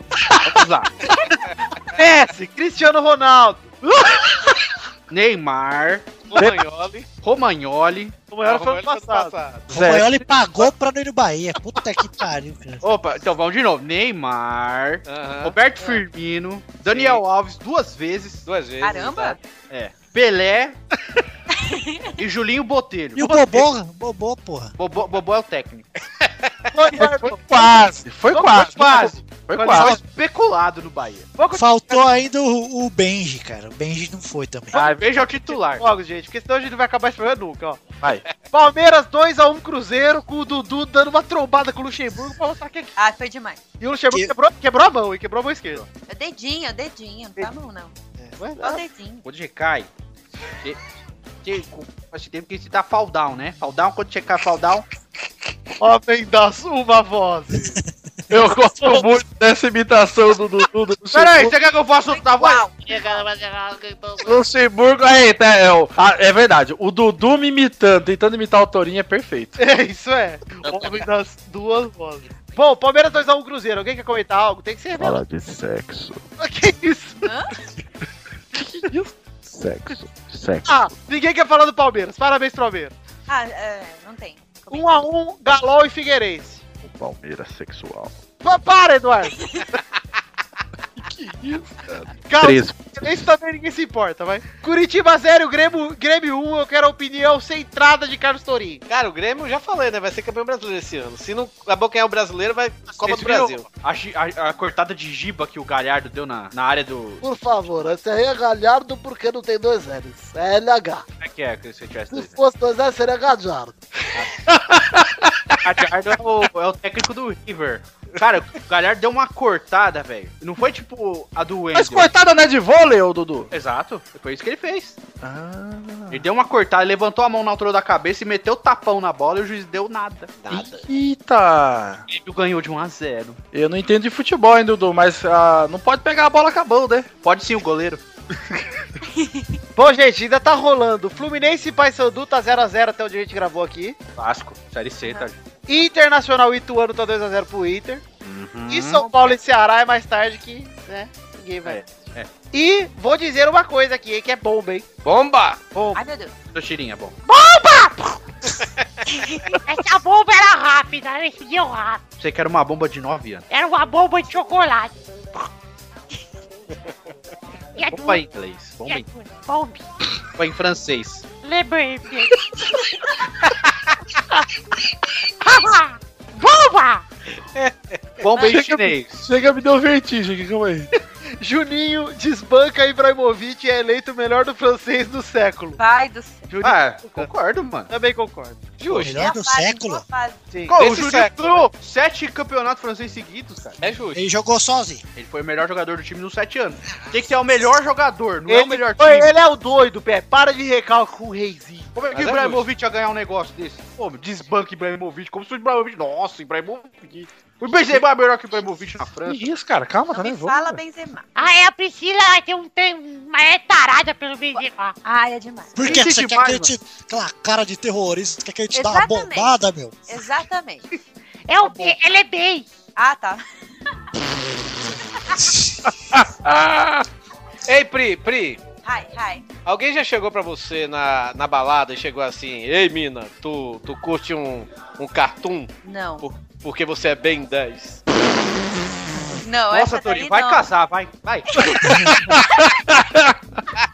[SPEAKER 5] Vamos lá.
[SPEAKER 1] Messi, Cristiano Ronaldo.
[SPEAKER 5] Neymar,
[SPEAKER 9] Romagnoli.
[SPEAKER 5] Romagnoli.
[SPEAKER 1] O maior foi
[SPEAKER 9] Romagnoli
[SPEAKER 1] ano passado.
[SPEAKER 4] O Romagnoli pagou pra não ir no Bahia. Puta que pariu, cara.
[SPEAKER 5] Opa, então vamos de novo. Neymar,
[SPEAKER 9] Aham.
[SPEAKER 5] Ah, Roberto
[SPEAKER 2] é.
[SPEAKER 5] Firmino, Daniel Alves duas vezes,
[SPEAKER 9] Duas vezes. tá.
[SPEAKER 3] Caramba!
[SPEAKER 5] é, Pelé e Julinho Botelho.
[SPEAKER 4] E o Bobô, Bobô, porra.
[SPEAKER 5] Bobo, Bobo é o técnico.
[SPEAKER 2] Foi quase, foi quase.
[SPEAKER 5] Quase.
[SPEAKER 2] Foi
[SPEAKER 5] Quase. Só
[SPEAKER 2] quase.
[SPEAKER 5] especulado no Bahia.
[SPEAKER 4] Faltou ainda o, o Benji, cara. O Benji não foi também.
[SPEAKER 5] Ah, veja o titular.
[SPEAKER 1] Logo, gente, porque senão a gente não vai acabar esse programa nunca, ó.
[SPEAKER 2] Vai.
[SPEAKER 1] Palmeiras 2x1 Cruzeiro, com o Dudu dando uma trombada com o Luxemburgo tá pra mostrar quem.
[SPEAKER 3] Ah, foi demais.
[SPEAKER 1] E o Luxemburgo
[SPEAKER 4] Que-
[SPEAKER 1] quebrou, quebrou a mão, e quebrou a mão esquerda.
[SPEAKER 3] É Dedinho, é dedinho, não tá bom não.
[SPEAKER 5] é
[SPEAKER 1] Ué,
[SPEAKER 3] Só dedinho.
[SPEAKER 5] Quando Jekai. Acho que teve que citar fall down, né? Fall down, quando checar fall down.
[SPEAKER 1] Homem das uma voz.
[SPEAKER 2] Ah, Eu gosto muito dessa imitação do Dudu do Luxemburgo.
[SPEAKER 5] Peraí, você quer que eu faça outra voz?
[SPEAKER 3] Uau!
[SPEAKER 2] Luxemburgo, aí, tá, é, o- ah, é verdade. O Dudu me imitando, tentando imitar o Torinho é perfeito.
[SPEAKER 1] É, isso é. Homem das duas vozes. Bom, Palmeiras 2x1 Cruzeiro. Alguém quer comentar algo? Tem que ser. Fala de sexo. Que isso?
[SPEAKER 6] Sexo, sexo.
[SPEAKER 1] Ah, ninguém quer falar do Palmeiras. Parabéns, Palmeiras.
[SPEAKER 3] Ah, é, não tem.
[SPEAKER 1] 1x1 Galol e Figueirense.
[SPEAKER 6] Palmeira sexual.
[SPEAKER 1] Pa- para, Eduardo. que isso, cara? Calma, esse também ninguém se importa, vai. Curitiba 0, Grêmio, Grêmio 1. Eu quero a opinião centrada de Carlos Torinho.
[SPEAKER 9] Cara, o Grêmio, eu já falei, né? Vai ser campeão brasileiro esse ano. Se não acabou ganhar o brasileiro, vai Copa
[SPEAKER 5] Vocês
[SPEAKER 9] do
[SPEAKER 5] viram
[SPEAKER 9] Brasil.
[SPEAKER 5] A, gi- a- a cortada de giba que o Galhardo deu na, na área do.
[SPEAKER 7] Por favor, esse aí é Galhardo porque não tem dois L's. É LH.
[SPEAKER 5] Como é que é que se eu tivesse
[SPEAKER 7] Se
[SPEAKER 5] dois? né?
[SPEAKER 7] fosse dois L's, seria Galhardo.
[SPEAKER 5] Galhardo é o, é o técnico do River. Cara, o Galhardo deu uma cortada, velho. Não foi tipo a do Wendel.
[SPEAKER 2] Mas coitada não é de vôlei, ô Dudu?
[SPEAKER 5] Exato, foi isso que ele fez.
[SPEAKER 2] Ah.
[SPEAKER 5] Ele deu uma cortada, ele levantou a mão na altura da cabeça e meteu o tapão na bola e o juiz deu nada.
[SPEAKER 9] Nada.
[SPEAKER 2] Eita!
[SPEAKER 5] O Grêmio ganhou de 1 a 0
[SPEAKER 2] Eu não entendo de futebol, hein, Dudu, mas ah, não pode pegar a bola com a mão, né?
[SPEAKER 5] Pode sim, o goleiro.
[SPEAKER 1] Bom, gente, ainda tá rolando. Fluminense e Paysandu tá 0x0 até onde a gente gravou aqui.
[SPEAKER 5] Vasco, Série C, tá? gente?
[SPEAKER 1] Internacional e Ituano tá 2x0 pro Inter.
[SPEAKER 5] Uhum.
[SPEAKER 1] E São Paulo e Ceará é mais tarde que, né? Ninguém vai.
[SPEAKER 5] É, é.
[SPEAKER 1] E vou dizer uma coisa aqui, hein, que é bomba, hein?
[SPEAKER 9] Bomba!
[SPEAKER 1] Bomba.
[SPEAKER 3] Ai, meu Deus.
[SPEAKER 5] Do Tirinha, bom.
[SPEAKER 8] Essa bomba era rápida, esse dia eu rápido.
[SPEAKER 5] Você quer uma bomba de 9 anos.
[SPEAKER 8] Era uma bomba de chocolate. E a
[SPEAKER 5] Bomba
[SPEAKER 8] tua?
[SPEAKER 5] em
[SPEAKER 8] E
[SPEAKER 5] inglês,
[SPEAKER 8] é
[SPEAKER 5] bomba
[SPEAKER 8] a
[SPEAKER 5] em,
[SPEAKER 8] tua? Bombe.
[SPEAKER 5] bomba em francês.
[SPEAKER 8] Lembrei-me. Bomba!
[SPEAKER 5] Bomba em
[SPEAKER 2] Chega-
[SPEAKER 5] chinês.
[SPEAKER 2] Chega, me deu um vertigem, que calma aí.
[SPEAKER 1] Juninho desbanca Ibrahimovic e é eleito o melhor do francês do século.
[SPEAKER 3] Pai do céu.
[SPEAKER 1] Juninho,
[SPEAKER 5] Ah, concordo, mano.
[SPEAKER 1] também concordo.
[SPEAKER 9] Justo.
[SPEAKER 3] É
[SPEAKER 4] Melhor
[SPEAKER 3] a
[SPEAKER 4] do
[SPEAKER 3] fase,
[SPEAKER 4] século.
[SPEAKER 3] boa fase.
[SPEAKER 1] Sim.
[SPEAKER 5] Pô, o
[SPEAKER 9] Desse
[SPEAKER 5] Juninho
[SPEAKER 9] século.
[SPEAKER 5] ganhou sete campeonatos franceses seguidos, cara.
[SPEAKER 9] É justo.
[SPEAKER 4] Ele jogou sozinho.
[SPEAKER 5] Ele foi o melhor jogador do time nos sete anos. Tem que ser o melhor jogador, não é o melhor
[SPEAKER 1] Oi,
[SPEAKER 5] time.
[SPEAKER 1] ele é o doido, Pé. Para de recalque com o Reizinho.
[SPEAKER 5] Como é que
[SPEAKER 9] Mas
[SPEAKER 5] o
[SPEAKER 9] é
[SPEAKER 5] Ibrahimovic ia ganhar um negócio desse? Pô, desbanca Ibrahimovic. Como se o Ibrahimovic... Nossa, Ibrahimovic... O Benzema é melhor que o Ibrahimovic na França.
[SPEAKER 2] Que isso, cara, calma,
[SPEAKER 3] Não
[SPEAKER 2] tá
[SPEAKER 3] me
[SPEAKER 2] nervoso.
[SPEAKER 3] fala Benzema.
[SPEAKER 8] Ah, é a Priscila, ela tem um tem uma é tarada pelo Benzema.
[SPEAKER 3] Ai, é demais.
[SPEAKER 4] Por que
[SPEAKER 5] Gente
[SPEAKER 4] que você quer que
[SPEAKER 5] demais,
[SPEAKER 4] eu te. Aquela cara de terrorista, você quer que eu te dê uma
[SPEAKER 3] Exatamente.
[SPEAKER 4] bombada, meu?
[SPEAKER 3] Exatamente.
[SPEAKER 8] É o B, ele é bem.
[SPEAKER 3] Ah, tá.
[SPEAKER 9] Ei, Pri, Pri,
[SPEAKER 3] Ai, ai.
[SPEAKER 9] alguém já chegou pra você na, na balada e chegou assim, ei, mina, tu, tu curte um, um cartoon
[SPEAKER 3] Não.
[SPEAKER 9] por- porque você é bem 10?
[SPEAKER 3] Não,
[SPEAKER 5] Nossa,
[SPEAKER 3] essa
[SPEAKER 5] Torinho,
[SPEAKER 3] daí
[SPEAKER 5] vai
[SPEAKER 3] não.
[SPEAKER 5] casar, vai. Vai.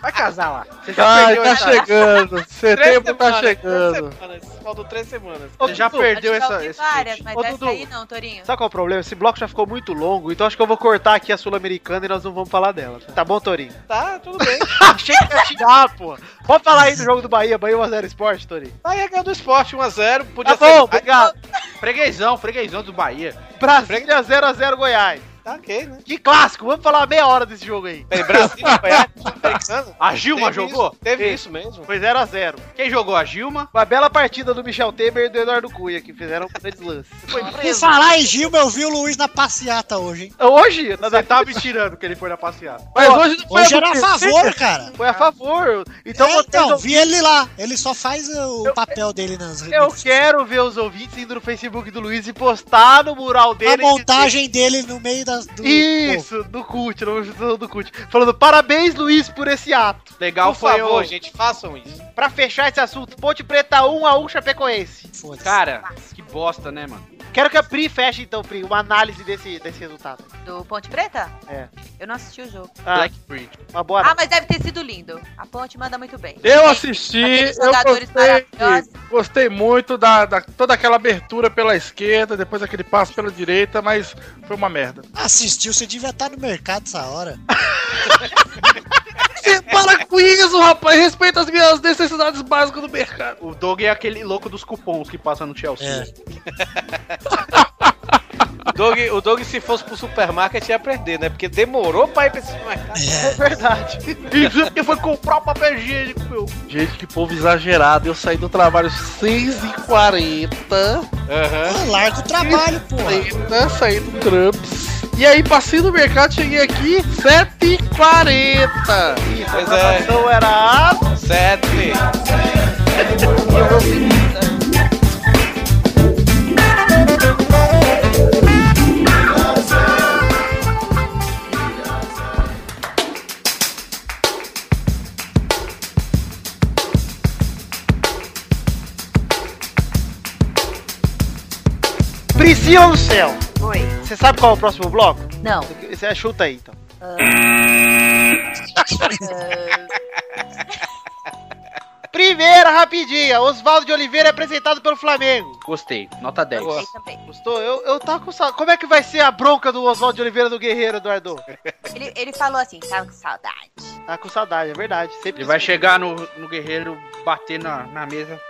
[SPEAKER 5] vai casar lá. Você já
[SPEAKER 2] Ai,
[SPEAKER 5] perdeu
[SPEAKER 2] tá
[SPEAKER 5] essa...
[SPEAKER 2] chegando. Setembro tá chegando.
[SPEAKER 9] Três semanas, faltam três semanas.
[SPEAKER 5] Você já
[SPEAKER 3] Eu
[SPEAKER 5] perdeu
[SPEAKER 3] já
[SPEAKER 5] essa...
[SPEAKER 3] ouvi
[SPEAKER 5] esse
[SPEAKER 3] várias,
[SPEAKER 5] chute.
[SPEAKER 3] mas
[SPEAKER 1] Ô,
[SPEAKER 3] essa
[SPEAKER 1] Dudu.
[SPEAKER 3] aí não, Torinho.
[SPEAKER 1] Sabe qual é o problema? Esse bloco já ficou muito longo, então acho que eu vou cortar aqui a Sul-Americana e nós não vamos falar dela. Tá bom, Torinho?
[SPEAKER 9] Tá, tudo bem.
[SPEAKER 1] Achei que ia xingar, pô. Pode falar aí do jogo do Bahia, Bahia 1x0 Esporte, Torinho.
[SPEAKER 9] Aí ganhou do Tá esporte 1x0,
[SPEAKER 1] Tá
[SPEAKER 9] podia
[SPEAKER 1] bom,
[SPEAKER 9] ser.
[SPEAKER 1] obrigado.
[SPEAKER 5] Freguesão, freguesão do Bahia.
[SPEAKER 1] Brasília 0x0 Goiás.
[SPEAKER 9] Tá ok, né?
[SPEAKER 1] Que clássico, vamos falar meia hora desse jogo aí.
[SPEAKER 9] Tem Brasil, Goiás, Sul-Americana.
[SPEAKER 5] A Gilma
[SPEAKER 9] Teve isso-
[SPEAKER 5] jogou?
[SPEAKER 9] Teve isso mesmo.
[SPEAKER 1] Foi 0 a 0
[SPEAKER 5] Quem jogou? A Gilma?
[SPEAKER 1] Uma bela partida do Michel Temer e do Eduardo Cunha, que fizeram um grande lance. Foi
[SPEAKER 4] E
[SPEAKER 1] preso.
[SPEAKER 4] falar em Gilma, eu vi o Luiz na passeata hoje, hein?
[SPEAKER 1] Hoje, você tá me tirando que ele foi na passeada.
[SPEAKER 2] Mas hoje não foi
[SPEAKER 4] Hoje
[SPEAKER 2] a do
[SPEAKER 4] era a
[SPEAKER 2] PC.
[SPEAKER 4] favor, cara.
[SPEAKER 1] Foi a favor. Então,
[SPEAKER 4] Então, é,
[SPEAKER 1] vocês
[SPEAKER 4] então
[SPEAKER 1] ouvintes,
[SPEAKER 4] vi ele lá. Ele só faz o
[SPEAKER 1] Eu-
[SPEAKER 4] papel dele nas redes.
[SPEAKER 1] eu quero ver os ouvintes indo no Facebook do Luiz e postar no mural dele.
[SPEAKER 4] A montagem dele no meio das, do povo.
[SPEAKER 1] Isso, do cult, na manifestação do cult. Falando, parabéns, Luiz, por esse ato.
[SPEAKER 5] Legal
[SPEAKER 9] Por
[SPEAKER 5] foi
[SPEAKER 9] favor,
[SPEAKER 5] o...
[SPEAKER 9] gente, façam isso.
[SPEAKER 1] Pra fechar esse assunto, Ponte Preta 1 a 1 Chapecoense.
[SPEAKER 4] Foda-se.
[SPEAKER 5] Cara, que bosta, né, mano?
[SPEAKER 1] Quero que a Pri feche, então, Pri, uma análise desse, desse resultado.
[SPEAKER 3] Do Ponte Preta?
[SPEAKER 1] É.
[SPEAKER 3] Eu não assisti o jogo.
[SPEAKER 1] Ah,
[SPEAKER 5] Blackbridge.
[SPEAKER 1] uma boa
[SPEAKER 3] Ah, mas deve ter sido lindo. A Ponte manda muito bem.
[SPEAKER 2] Eu
[SPEAKER 3] Tem
[SPEAKER 2] assisti,
[SPEAKER 3] aqueles
[SPEAKER 2] eu
[SPEAKER 3] jogadores
[SPEAKER 2] gostei,
[SPEAKER 3] maravilhosos.
[SPEAKER 2] gostei muito da, da- toda aquela abertura pela esquerda, depois aquele passo pela direita, mas foi uma merda.
[SPEAKER 4] Assistiu, você devia estar no mercado essa hora.
[SPEAKER 2] Você para com isso, rapaz! Respeita as minhas necessidades básicas do mercado.
[SPEAKER 5] O Doug é aquele louco dos cupons que passa no Chelsea.
[SPEAKER 4] É.
[SPEAKER 9] O Doug, o Doug, se fosse pro supermarket, ia perder, né? Porque demorou pra ir pra esse supermercado.
[SPEAKER 1] É verdade.
[SPEAKER 5] Isso porque foi comprar o papel higiênico, meu.
[SPEAKER 2] Gente, que povo exagerado. Eu saí do trabalho 6h40.
[SPEAKER 9] Aham.
[SPEAKER 4] Pô, larga o trabalho, porra.
[SPEAKER 2] né, saí do Trumps. E aí passei no mercado, cheguei aqui 7h40.
[SPEAKER 1] Isso,
[SPEAKER 9] Pois
[SPEAKER 1] a gravação era a...
[SPEAKER 9] Sete.
[SPEAKER 1] Priscila no céu.
[SPEAKER 3] Oi.
[SPEAKER 1] Você sabe qual é o próximo bloco?
[SPEAKER 3] Não.
[SPEAKER 1] Você chuta aí, então. Primeira, rapidinha. Oswaldo de Oliveira é apresentado pelo Flamengo.
[SPEAKER 5] Gostei. Nota 10.
[SPEAKER 3] Gostei também.
[SPEAKER 1] Gostou? Eu, eu tava com saudade. Como é que vai ser a bronca do Oswaldo de Oliveira do Guerreiro, Eduardo?
[SPEAKER 3] Ele, ele falou assim, tava com saudade.
[SPEAKER 1] Tá com saudade, é verdade. Sempre
[SPEAKER 5] Ele vai
[SPEAKER 1] isso.
[SPEAKER 5] chegar no, no guerreiro, bater na, na mesa.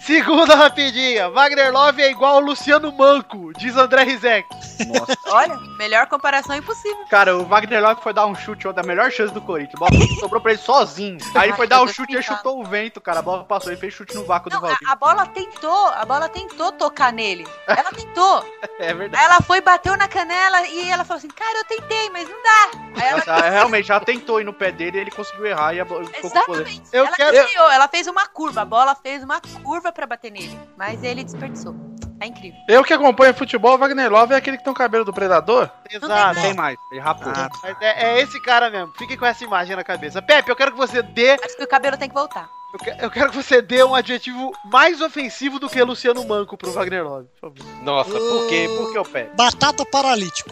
[SPEAKER 1] Segunda rapidinha. Wagner Love é igual ao Luciano Manco, diz André Rizek.
[SPEAKER 5] Nossa.
[SPEAKER 3] Olha, melhor comparação impossível.
[SPEAKER 5] Cara, o Wagner Love foi dar um chute, uma da melhor chance do Corinthians. A bola sobrou pra ele sozinho. Aí ele foi dar um chute e ele chutou o vento, cara. A bola passou, ele fez chute no vácuo do
[SPEAKER 3] Não, a,
[SPEAKER 5] Valdir.
[SPEAKER 3] a bola tentou, a bola tentou tocar nele. Ela tentou.
[SPEAKER 5] É verdade.
[SPEAKER 3] Aí ela foi, bateu na canela e ela falou assim, cara, eu tentei, mas não dá. Aí ela
[SPEAKER 5] Mas, ah, realmente, ela tentou ir no pé dele e ele conseguiu errar e a bola ficou com o goleiro.
[SPEAKER 3] Exatamente.
[SPEAKER 1] Eu
[SPEAKER 3] ela
[SPEAKER 1] quero-
[SPEAKER 3] desviou, ela fez uma curva, a bola fez uma curva pra bater nele, mas ele desperdiçou. Tá incrível.
[SPEAKER 2] Eu que acompanho futebol, Wagner Love é aquele que tem o cabelo do predador.
[SPEAKER 1] Exato.
[SPEAKER 5] Não tem mais, ele rapou.
[SPEAKER 1] Mas é, é esse cara mesmo. Fique com essa imagem na cabeça. Pepe, eu quero que você dê.
[SPEAKER 3] Acho que o cabelo tem que voltar.
[SPEAKER 1] Eu que- eu quero que você dê um adjetivo mais ofensivo do que Luciano Manco pro Wagner Love. Por favor.
[SPEAKER 9] Nossa, por quê? Por que eu pego?
[SPEAKER 4] Batata paralítico.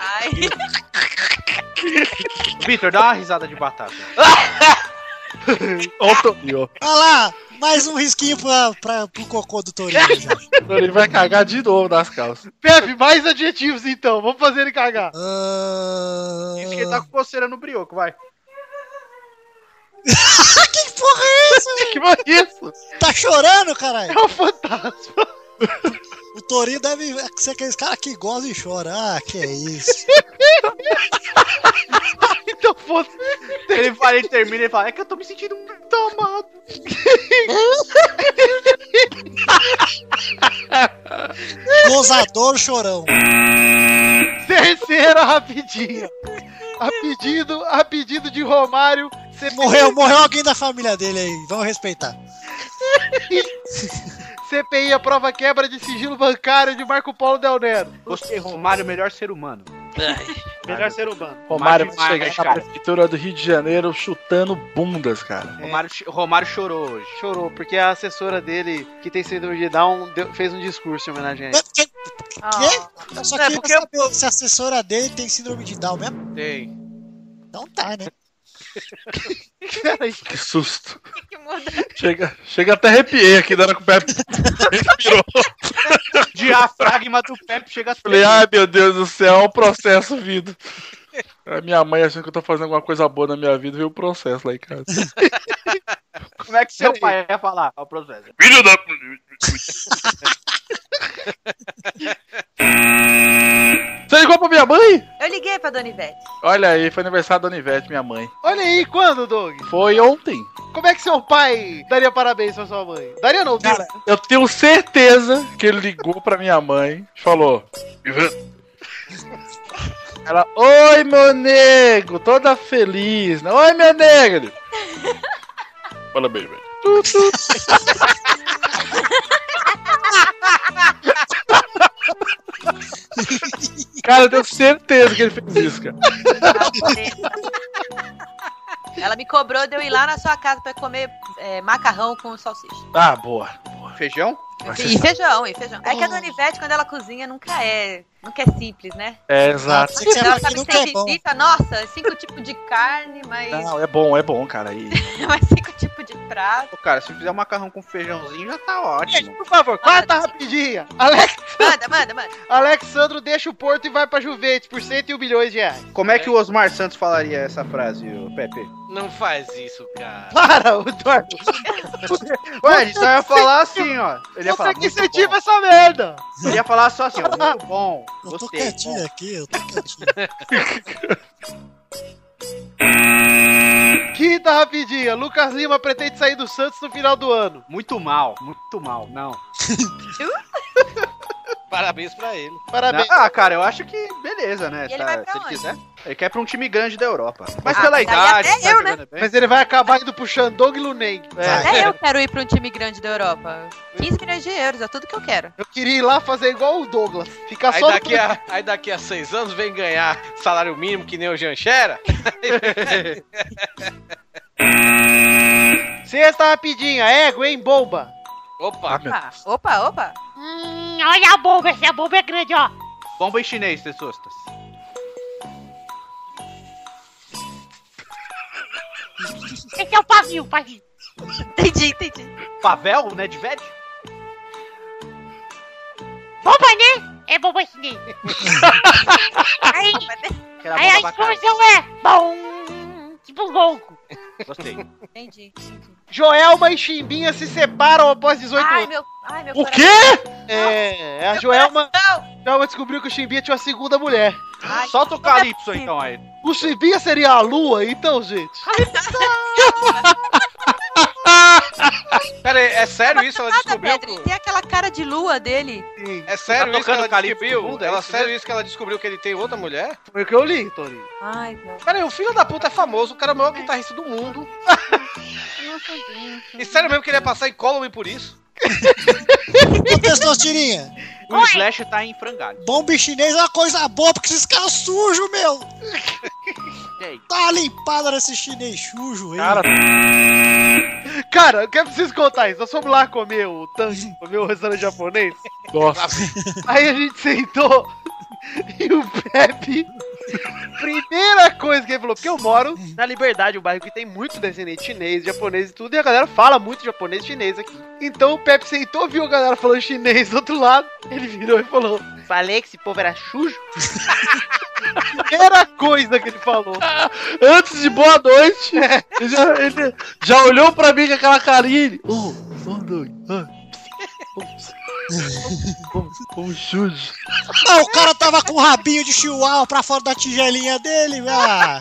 [SPEAKER 3] Ai,
[SPEAKER 5] Vitor, dá uma risada de batata.
[SPEAKER 2] Ó,
[SPEAKER 4] Olha lá, mais um risquinho pra, pra, pro cocô do Torinho. já.
[SPEAKER 2] Ele vai cagar de novo nas calças.
[SPEAKER 1] Pepe, mais adjetivos então. Vamos fazer ele cagar.
[SPEAKER 4] Ah,
[SPEAKER 5] Isso que ele tá com coceira no brioco, vai.
[SPEAKER 4] que porra é essa?
[SPEAKER 2] Que foi isso?
[SPEAKER 4] Tá chorando, caralho?
[SPEAKER 1] É um fantasma.
[SPEAKER 4] O Torinho deve ser aqueles caras que gozam e choram. Ah, que é isso.
[SPEAKER 1] Então foda
[SPEAKER 5] Ele, fala, ele termina e fala: É que eu tô me sentindo muito tomado.
[SPEAKER 4] Gozador chorão.
[SPEAKER 1] Terceira rapidinha. A pedido, a pedido de Romário. CP,
[SPEAKER 4] Morreu, morreu alguém da família dele aí. Vamos respeitar.
[SPEAKER 1] CPI aprova é quebra de sigilo bancário de Marco Paulo Del Nero.
[SPEAKER 5] Gostei, Romário, é melhor ser humano.
[SPEAKER 1] Melhor ser humano.
[SPEAKER 2] Romário
[SPEAKER 5] Mas
[SPEAKER 2] vai
[SPEAKER 5] demais,
[SPEAKER 2] chegar na
[SPEAKER 5] cara.
[SPEAKER 2] prefeitura do Rio de Janeiro chutando bundas, cara.
[SPEAKER 5] Romário, ch- Romário chorou hoje.
[SPEAKER 1] Chorou, porque a assessora dele, que tem síndrome de Down, deu- fez um discurso em homenagem a ele.
[SPEAKER 4] Mas que-
[SPEAKER 3] ó,
[SPEAKER 4] Eu Então, só
[SPEAKER 9] É,
[SPEAKER 4] queria
[SPEAKER 9] porque-
[SPEAKER 4] saber se a assessora dele tem síndrome de Down mesmo.
[SPEAKER 9] Tem.
[SPEAKER 4] Então tá, né?
[SPEAKER 2] Que susto.
[SPEAKER 3] que que muda?
[SPEAKER 2] Chega, chega até arrepiei aqui, dando com o pé. Respirou.
[SPEAKER 5] Diafragma do Pepe chega a
[SPEAKER 2] Falei, ai meu Deus do céu, é um processo, vida. um A minha mãe achando que eu tô fazendo alguma coisa boa na minha vida, veio o processo lá em casa.
[SPEAKER 5] Como é que seu pai ia falar? Ó, o processo.
[SPEAKER 2] Filho da. Você ligou pra minha mãe?
[SPEAKER 3] Eu liguei pra Dona Ivete.
[SPEAKER 2] Olha aí, foi aniversário da Donivete, minha mãe.
[SPEAKER 1] Olha aí, quando, Doug?
[SPEAKER 2] Foi ontem.
[SPEAKER 1] Como é que seu pai daria parabéns pra sua mãe? Daria não, deu.
[SPEAKER 4] Cara,
[SPEAKER 2] Eu tenho certeza que ele ligou pra minha mãe e falou: "Ivete." Ela, oi meu nego, toda feliz. né? Oi meu nego. Ele, Parabéns, velho. Tu, tu. cara, eu tenho certeza que ele fez isso, cara.
[SPEAKER 3] Ela me cobrou de eu ir lá na sua casa pra comer é, macarrão com salsicha.
[SPEAKER 2] Ah, boa.
[SPEAKER 5] Feijão?
[SPEAKER 2] Vai ser
[SPEAKER 3] E feijão, e feijão.
[SPEAKER 4] Hum.
[SPEAKER 3] É que a Dona Ivete, quando ela cozinha, nunca é, nunca é simples, né? Então
[SPEAKER 2] É, exato.
[SPEAKER 4] Você que
[SPEAKER 3] ela
[SPEAKER 4] sabe que
[SPEAKER 3] sabe
[SPEAKER 4] nunca é
[SPEAKER 3] ter
[SPEAKER 4] bom.
[SPEAKER 3] visita, nossa, cinco tipos de carne, mas,
[SPEAKER 2] Não, é bom, é bom, cara. E...
[SPEAKER 3] mas cinco tipos de prato.
[SPEAKER 5] Ô, cara, se fizer um macarrão com feijãozinho, já tá ótimo.
[SPEAKER 1] Por favor, quarta rapidinha. Alex,
[SPEAKER 3] Manda, manda, manda.
[SPEAKER 1] Alexandro deixa o Porto e vai pra Juventus por 101 bilhões de reais.
[SPEAKER 5] Como é que o Osmar Santos falaria essa frase, ô, Pepe?
[SPEAKER 9] Não faz isso, cara.
[SPEAKER 1] Para, o Eduardo.
[SPEAKER 5] Ué, ele só ia falar assim, ó. Ele ia falar,
[SPEAKER 1] Você que
[SPEAKER 5] muito
[SPEAKER 1] incentiva
[SPEAKER 5] bom.
[SPEAKER 1] essa merda.
[SPEAKER 5] Ele ia falar só assim, ó, muito bom,
[SPEAKER 4] Eu tô
[SPEAKER 5] gostei.
[SPEAKER 4] quietinho aqui, eu tô quietinho.
[SPEAKER 1] Quinta rapidinha. Lucas Lima pretende sair do Santos no final do ano.
[SPEAKER 5] Muito mal, muito mal, não.
[SPEAKER 9] Parabéns pra ele.
[SPEAKER 1] Parabéns.
[SPEAKER 5] Ah, cara, eu acho que beleza, né?
[SPEAKER 3] E ele
[SPEAKER 5] tá,
[SPEAKER 3] vai pra
[SPEAKER 5] se ele
[SPEAKER 3] onde?
[SPEAKER 5] quiser. Ele quer pra um time grande da Europa. Mas
[SPEAKER 3] Ah,
[SPEAKER 5] pela
[SPEAKER 3] mas aí
[SPEAKER 5] idade,
[SPEAKER 3] até
[SPEAKER 5] tá
[SPEAKER 3] eu, né?
[SPEAKER 5] jogando bem.
[SPEAKER 1] Mas ele vai acabar indo pro Shandong e Luneng.
[SPEAKER 4] Vai.
[SPEAKER 3] Até eu quero ir pra um time grande da Europa. 15 milhões de euros, é tudo que eu quero.
[SPEAKER 1] Eu queria ir lá fazer igual o Douglas. Ficar
[SPEAKER 9] Aí
[SPEAKER 1] só no
[SPEAKER 5] é
[SPEAKER 9] daqui, a, aí daqui a seis anos vem ganhar salário mínimo que nem o Janchera.
[SPEAKER 1] Sexta rapidinha. é Ego, hein, bomba.
[SPEAKER 2] Ah,
[SPEAKER 9] Opa,
[SPEAKER 2] meu
[SPEAKER 3] Opa, opa, opa.
[SPEAKER 8] Hum, olha a bomba, essa bomba é grande, ó.
[SPEAKER 5] Bomba em chinês, Tessostas.
[SPEAKER 8] Esse é o pavio, pavio.
[SPEAKER 3] Entendi, entendi.
[SPEAKER 5] Pavel, né, de velho?
[SPEAKER 8] Bomba, né? É bomba chinês. aí,
[SPEAKER 5] Que era
[SPEAKER 8] aí
[SPEAKER 5] bomba
[SPEAKER 8] a
[SPEAKER 5] pra caralho.
[SPEAKER 8] explosão é bom, tipo um gongo.
[SPEAKER 5] Gostei.
[SPEAKER 3] Entendi. entendi.
[SPEAKER 1] Joelma e Chimbinha se separam após 18
[SPEAKER 3] Ai,
[SPEAKER 1] anos.
[SPEAKER 3] meu, ai, meu
[SPEAKER 2] O
[SPEAKER 3] coração.
[SPEAKER 2] quê?
[SPEAKER 1] É, a
[SPEAKER 3] Meu
[SPEAKER 1] Joelma,
[SPEAKER 3] coração.
[SPEAKER 1] Joelma descobriu que o Chimbinha tinha uma segunda mulher.
[SPEAKER 3] Ai,
[SPEAKER 5] Solta o
[SPEAKER 3] não é
[SPEAKER 5] Calypso, então, aí.
[SPEAKER 1] O Chimbinha seria a lua, então, gente.
[SPEAKER 9] pera aí, é sério isso? Ela
[SPEAKER 3] Nada,
[SPEAKER 9] descobriu?
[SPEAKER 3] Pedro. Tem aquela cara de lua dele.
[SPEAKER 9] É sério
[SPEAKER 5] Tá
[SPEAKER 9] isso que ela
[SPEAKER 5] tocando Calypso
[SPEAKER 9] descobriu?
[SPEAKER 5] no mundo, é
[SPEAKER 9] ela,
[SPEAKER 5] isso
[SPEAKER 9] sério isso que ela descobriu que ele tem outra mulher?
[SPEAKER 1] Foi o que eu li, Tony.
[SPEAKER 3] Ai, não.
[SPEAKER 9] Cara, aí, o filho da puta é famoso, o cara é o maior guitarrista do mundo. E sério mesmo que ele ia passar em Column por isso?
[SPEAKER 4] Ô, Testostirinha,
[SPEAKER 5] O Slash tá em frangalho.
[SPEAKER 4] bomba em chinês é uma coisa boa, porque esses caras sujos, meu.
[SPEAKER 5] E aí?
[SPEAKER 4] Tá limpada nesse chinês sujo, hein?
[SPEAKER 2] Cara,
[SPEAKER 1] Cara, eu que preciso contar isso. Nós fomos lá comer o tanji, comer o restaurante japonês.
[SPEAKER 2] nossa.
[SPEAKER 1] Aí a gente sentou e o Pepe. Primeira coisa que ele falou, porque eu moro na Liberdade, um bairro que tem muito descendente chinês, japonês e tudo, e a galera fala muito japonês e chinês aqui. Então o Pepe sentou, viu a galera falando chinês do outro lado, ele virou e falou: Falei que esse povo era chujo? Primeira coisa que ele falou.
[SPEAKER 2] Antes de boa noite, ele já, ele já olhou pra mim com aquela carinha. ele, Ô, ô, Doug. ah, vamos- vamos- Vamos, Júlio.
[SPEAKER 4] Não, Ah, o cara tava com o rabinho de chihuahua pra fora da tigelinha dele, ah,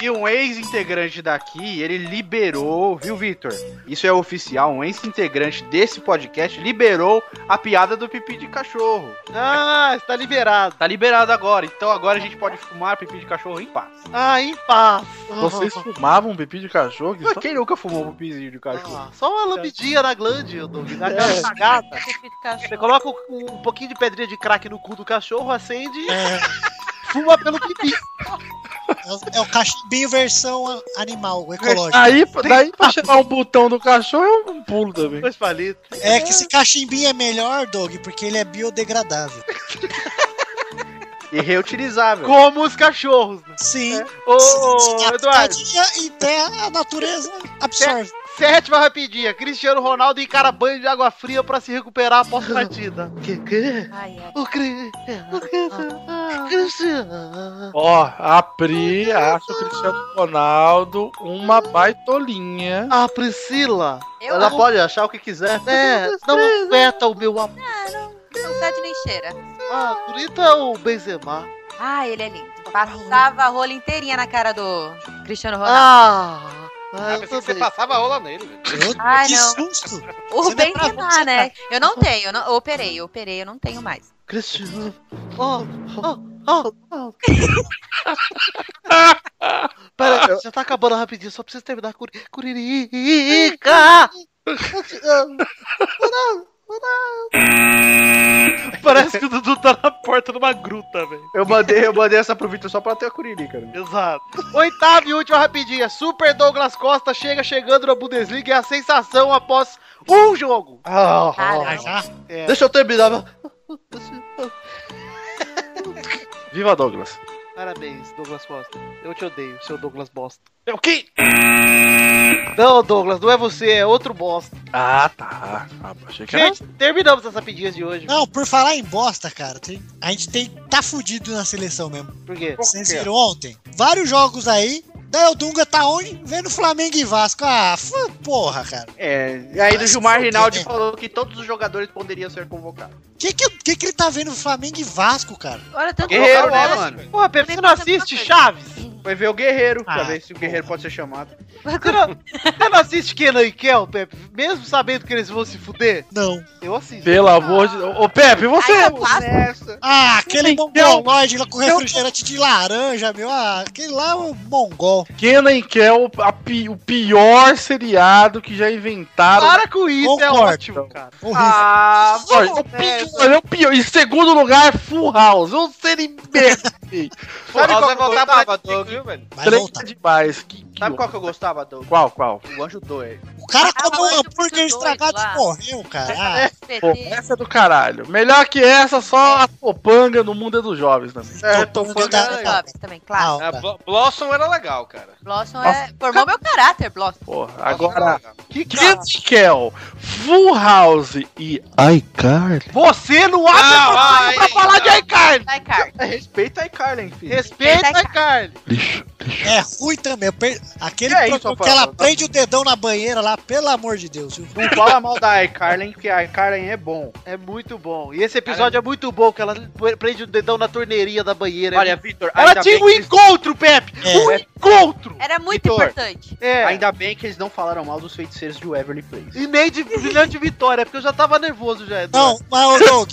[SPEAKER 5] E um ex-integrante daqui, ele liberou, viu, Vitor? Isso é oficial, um ex-integrante desse podcast liberou a piada do pipi de cachorro.
[SPEAKER 1] Ah, está liberado.
[SPEAKER 5] Tá liberado agora, então agora a gente pode fumar pipi de cachorro em paz.
[SPEAKER 1] Ah, em paz.
[SPEAKER 2] Vocês fumavam pipi de cachorro? Então Que
[SPEAKER 5] Mas
[SPEAKER 2] só-
[SPEAKER 5] Quem nunca fumou um pipizinho de cachorro? É.
[SPEAKER 1] Ah, só uma lambidinha na glande, Doug, na cagada. Você coloca um, um pouquinho de pedrinha de crack no cu do cachorro, acende e
[SPEAKER 4] é,
[SPEAKER 1] fuma pelo pipi.
[SPEAKER 4] é o- é o cachimbinho versão a- animal, ecológico.
[SPEAKER 2] Daí, daí pra chegar um botão do cachorro é um pulo também.
[SPEAKER 1] Dois palitos.
[SPEAKER 4] É que esse cachimbinho é melhor, Doug, porque ele é biodegradável.
[SPEAKER 5] E reutilizável.
[SPEAKER 1] Como os cachorros. né?
[SPEAKER 4] Sim.
[SPEAKER 1] Ô,
[SPEAKER 4] se
[SPEAKER 1] Eduardo,
[SPEAKER 4] adaptadinha e terra, a natureza absorve.
[SPEAKER 1] Sétima rapidinha. Cristiano Ronaldo encara banho de água fria pra se recuperar após partida.
[SPEAKER 7] Que que?
[SPEAKER 3] Ai, é. ai.
[SPEAKER 7] O Cri... O Cri... Cristiano...
[SPEAKER 2] Ó, a Pri acha o Cristiano Ronaldo uma baitolinha.
[SPEAKER 7] A Priscila,
[SPEAKER 3] Eu
[SPEAKER 7] ela
[SPEAKER 3] amo.
[SPEAKER 7] pode achar o que quiser. É, não afeta o meu amor.
[SPEAKER 3] Não fede nem cheira.
[SPEAKER 7] Ah, bonito é o Benzema.
[SPEAKER 3] Ah, ele é lindo. Passava a rola inteirinha na cara do Cristiano Ronaldo.
[SPEAKER 7] Ah,
[SPEAKER 9] Ah,
[SPEAKER 7] ah, eu
[SPEAKER 9] pensei que você
[SPEAKER 7] também.
[SPEAKER 9] passava a rola nele, velho.
[SPEAKER 4] Eu,
[SPEAKER 3] Ai,
[SPEAKER 4] que
[SPEAKER 3] não.
[SPEAKER 4] susto!
[SPEAKER 3] o
[SPEAKER 4] você
[SPEAKER 3] bem
[SPEAKER 4] não é
[SPEAKER 3] que
[SPEAKER 4] pra
[SPEAKER 3] dá,
[SPEAKER 4] você,
[SPEAKER 3] né? Eu não tenho, eu não, eu operei, eu operei, eu não tenho mais.
[SPEAKER 7] Cristiano. Oh, oh, oh, oh. Pera aí, já tá acabando rapidinho, só preciso terminar. Curi- Curirica!
[SPEAKER 1] Parece que o Dudu tá na porta de uma gruta, velho.
[SPEAKER 5] Eu mandei, eu mandei essa pro Victor só pra ter a curirica. Né?
[SPEAKER 1] Exato. Oitava e última rapidinha. Super Douglas Costa chega chegando na Bundesliga e é a sensação após um jogo.
[SPEAKER 7] Ah,
[SPEAKER 2] Oh,
[SPEAKER 7] ah,
[SPEAKER 4] Ah,
[SPEAKER 3] Caramba.
[SPEAKER 4] já?
[SPEAKER 7] ah. Deixa eu terminar.
[SPEAKER 2] Viva Douglas.
[SPEAKER 1] Parabéns, Douglas Costa. Eu te odeio, seu Douglas bosta.
[SPEAKER 2] É o quê?
[SPEAKER 1] Não, Douglas, não é você, é outro bosta.
[SPEAKER 2] Ah, tá. Ah, achei que era.
[SPEAKER 1] Gente, terminamos as rapidinhas de hoje.
[SPEAKER 4] Não, por falar em bosta, cara, tem- a gente tem tá fudido na seleção mesmo.
[SPEAKER 1] Por quê?
[SPEAKER 4] Vocês viram ontem? Vários jogos aí. Daí o Dunga tá onde? Vendo Flamengo e Vasco. Ah, f- porra, cara.
[SPEAKER 5] É, e aí do
[SPEAKER 4] Mas
[SPEAKER 5] Gilmar
[SPEAKER 4] foder,
[SPEAKER 5] Rinaldi
[SPEAKER 4] né?
[SPEAKER 5] falou que todos os jogadores poderiam ser convocados.
[SPEAKER 4] Que que, que que ele tá vendo Flamengo e Vasco, cara?
[SPEAKER 3] Olha tanto
[SPEAKER 5] Guerreiro,
[SPEAKER 3] jogo,
[SPEAKER 5] né,
[SPEAKER 3] olha-
[SPEAKER 5] mano?
[SPEAKER 1] Porra, Pepe, você não assiste Chaves? Você
[SPEAKER 5] Foi ver o Guerreiro, pra
[SPEAKER 4] Ah,
[SPEAKER 5] ver se o Guerreiro pode ser chamado.
[SPEAKER 1] não, você não assiste Kenan e Kel, Pepe? Mesmo sabendo que eles vão se fuder?
[SPEAKER 4] Não.
[SPEAKER 1] Eu assisto.
[SPEAKER 2] Pelo amor de Ô, Pepe, você. é
[SPEAKER 3] Ai, eu passo.
[SPEAKER 5] Nessa.
[SPEAKER 4] Ah, aquele
[SPEAKER 2] Então-
[SPEAKER 4] mongoloide lá com refrigerante de laranja, meu. Ah, aquele lá é um mongol.
[SPEAKER 2] Kenan e Kel, a pi- o pior seriado que já inventaram.
[SPEAKER 1] Para com isso,
[SPEAKER 4] Concordo.
[SPEAKER 1] é ótimo, cara.
[SPEAKER 4] Horrível.
[SPEAKER 5] Ah,
[SPEAKER 2] Olha, é o pior, é o pior. Em segundo lugar, Full House. Um série merda.
[SPEAKER 9] Rosa
[SPEAKER 5] sabe qual que eu
[SPEAKER 9] voltava
[SPEAKER 5] gostava,
[SPEAKER 9] pra
[SPEAKER 5] Doug?
[SPEAKER 9] viu, velho?
[SPEAKER 4] Vai
[SPEAKER 2] Três
[SPEAKER 4] voltar.
[SPEAKER 2] é demais. Que, que
[SPEAKER 5] Sabe qual que eu gostava, Doug?
[SPEAKER 2] Qual, qual?
[SPEAKER 5] O Anjo Doer.
[SPEAKER 4] O cara
[SPEAKER 5] Tá
[SPEAKER 3] Ah,
[SPEAKER 4] comeu
[SPEAKER 3] mas
[SPEAKER 4] um
[SPEAKER 3] eu fui
[SPEAKER 4] hambúrguer
[SPEAKER 3] doido
[SPEAKER 4] estragado
[SPEAKER 3] lá.
[SPEAKER 4] e morreu, cara. Ah,
[SPEAKER 2] Pô,
[SPEAKER 3] PT.
[SPEAKER 2] essa é do caralho. Melhor que essa, só a Topanga no mundo é dos jovens, né?
[SPEAKER 5] É,
[SPEAKER 4] todo mundo
[SPEAKER 5] Topanga
[SPEAKER 4] dá-
[SPEAKER 5] era legal.
[SPEAKER 3] Jovens também, claro.
[SPEAKER 4] Ah,
[SPEAKER 5] Tá
[SPEAKER 9] Ah, Blo- Blossom era legal, cara.
[SPEAKER 3] Blossom é. Formou meu caráter, Blossom.
[SPEAKER 2] Porra,
[SPEAKER 9] Blossom era
[SPEAKER 2] agora.
[SPEAKER 9] legal.
[SPEAKER 1] Que que
[SPEAKER 2] Kenan e Kel, Full House e iCarly.
[SPEAKER 1] Você não abre
[SPEAKER 9] Ah,
[SPEAKER 1] a boca
[SPEAKER 9] vai,
[SPEAKER 1] pra falar de
[SPEAKER 9] não.
[SPEAKER 1] iCarly!
[SPEAKER 3] Vai, Carlos.
[SPEAKER 5] É, Respeita a Carlin, filho.
[SPEAKER 1] Respeita
[SPEAKER 3] Respeita
[SPEAKER 1] iCarly!
[SPEAKER 2] Lixo, lixo.
[SPEAKER 4] É ruim também. Eu per- Aquele
[SPEAKER 5] Que é isso,
[SPEAKER 4] programa que
[SPEAKER 5] rapaz?
[SPEAKER 4] ela prende o dedão na banheira lá, pelo amor de Deus. viu?
[SPEAKER 5] Não fala mal da iCarlin, porque a iCarlin é bom.
[SPEAKER 1] É muito bom. E esse episódio é muito bom, que ela prende o dedão na torneirinha da banheira.
[SPEAKER 5] Olha, Victor,
[SPEAKER 1] ela
[SPEAKER 5] ainda,
[SPEAKER 1] tinha
[SPEAKER 5] bem
[SPEAKER 1] um
[SPEAKER 5] que eles-
[SPEAKER 1] encontro, Pepe!
[SPEAKER 4] É.
[SPEAKER 1] Um encontro!
[SPEAKER 3] Era muito
[SPEAKER 5] Vitor.
[SPEAKER 3] importante.
[SPEAKER 1] É.
[SPEAKER 5] ainda bem que eles não falaram mal dos feiticeiros de Waverly Place.
[SPEAKER 1] E nem de brilhante vitória, porque eu já tava nervoso já.
[SPEAKER 4] Não, mas ô Doug,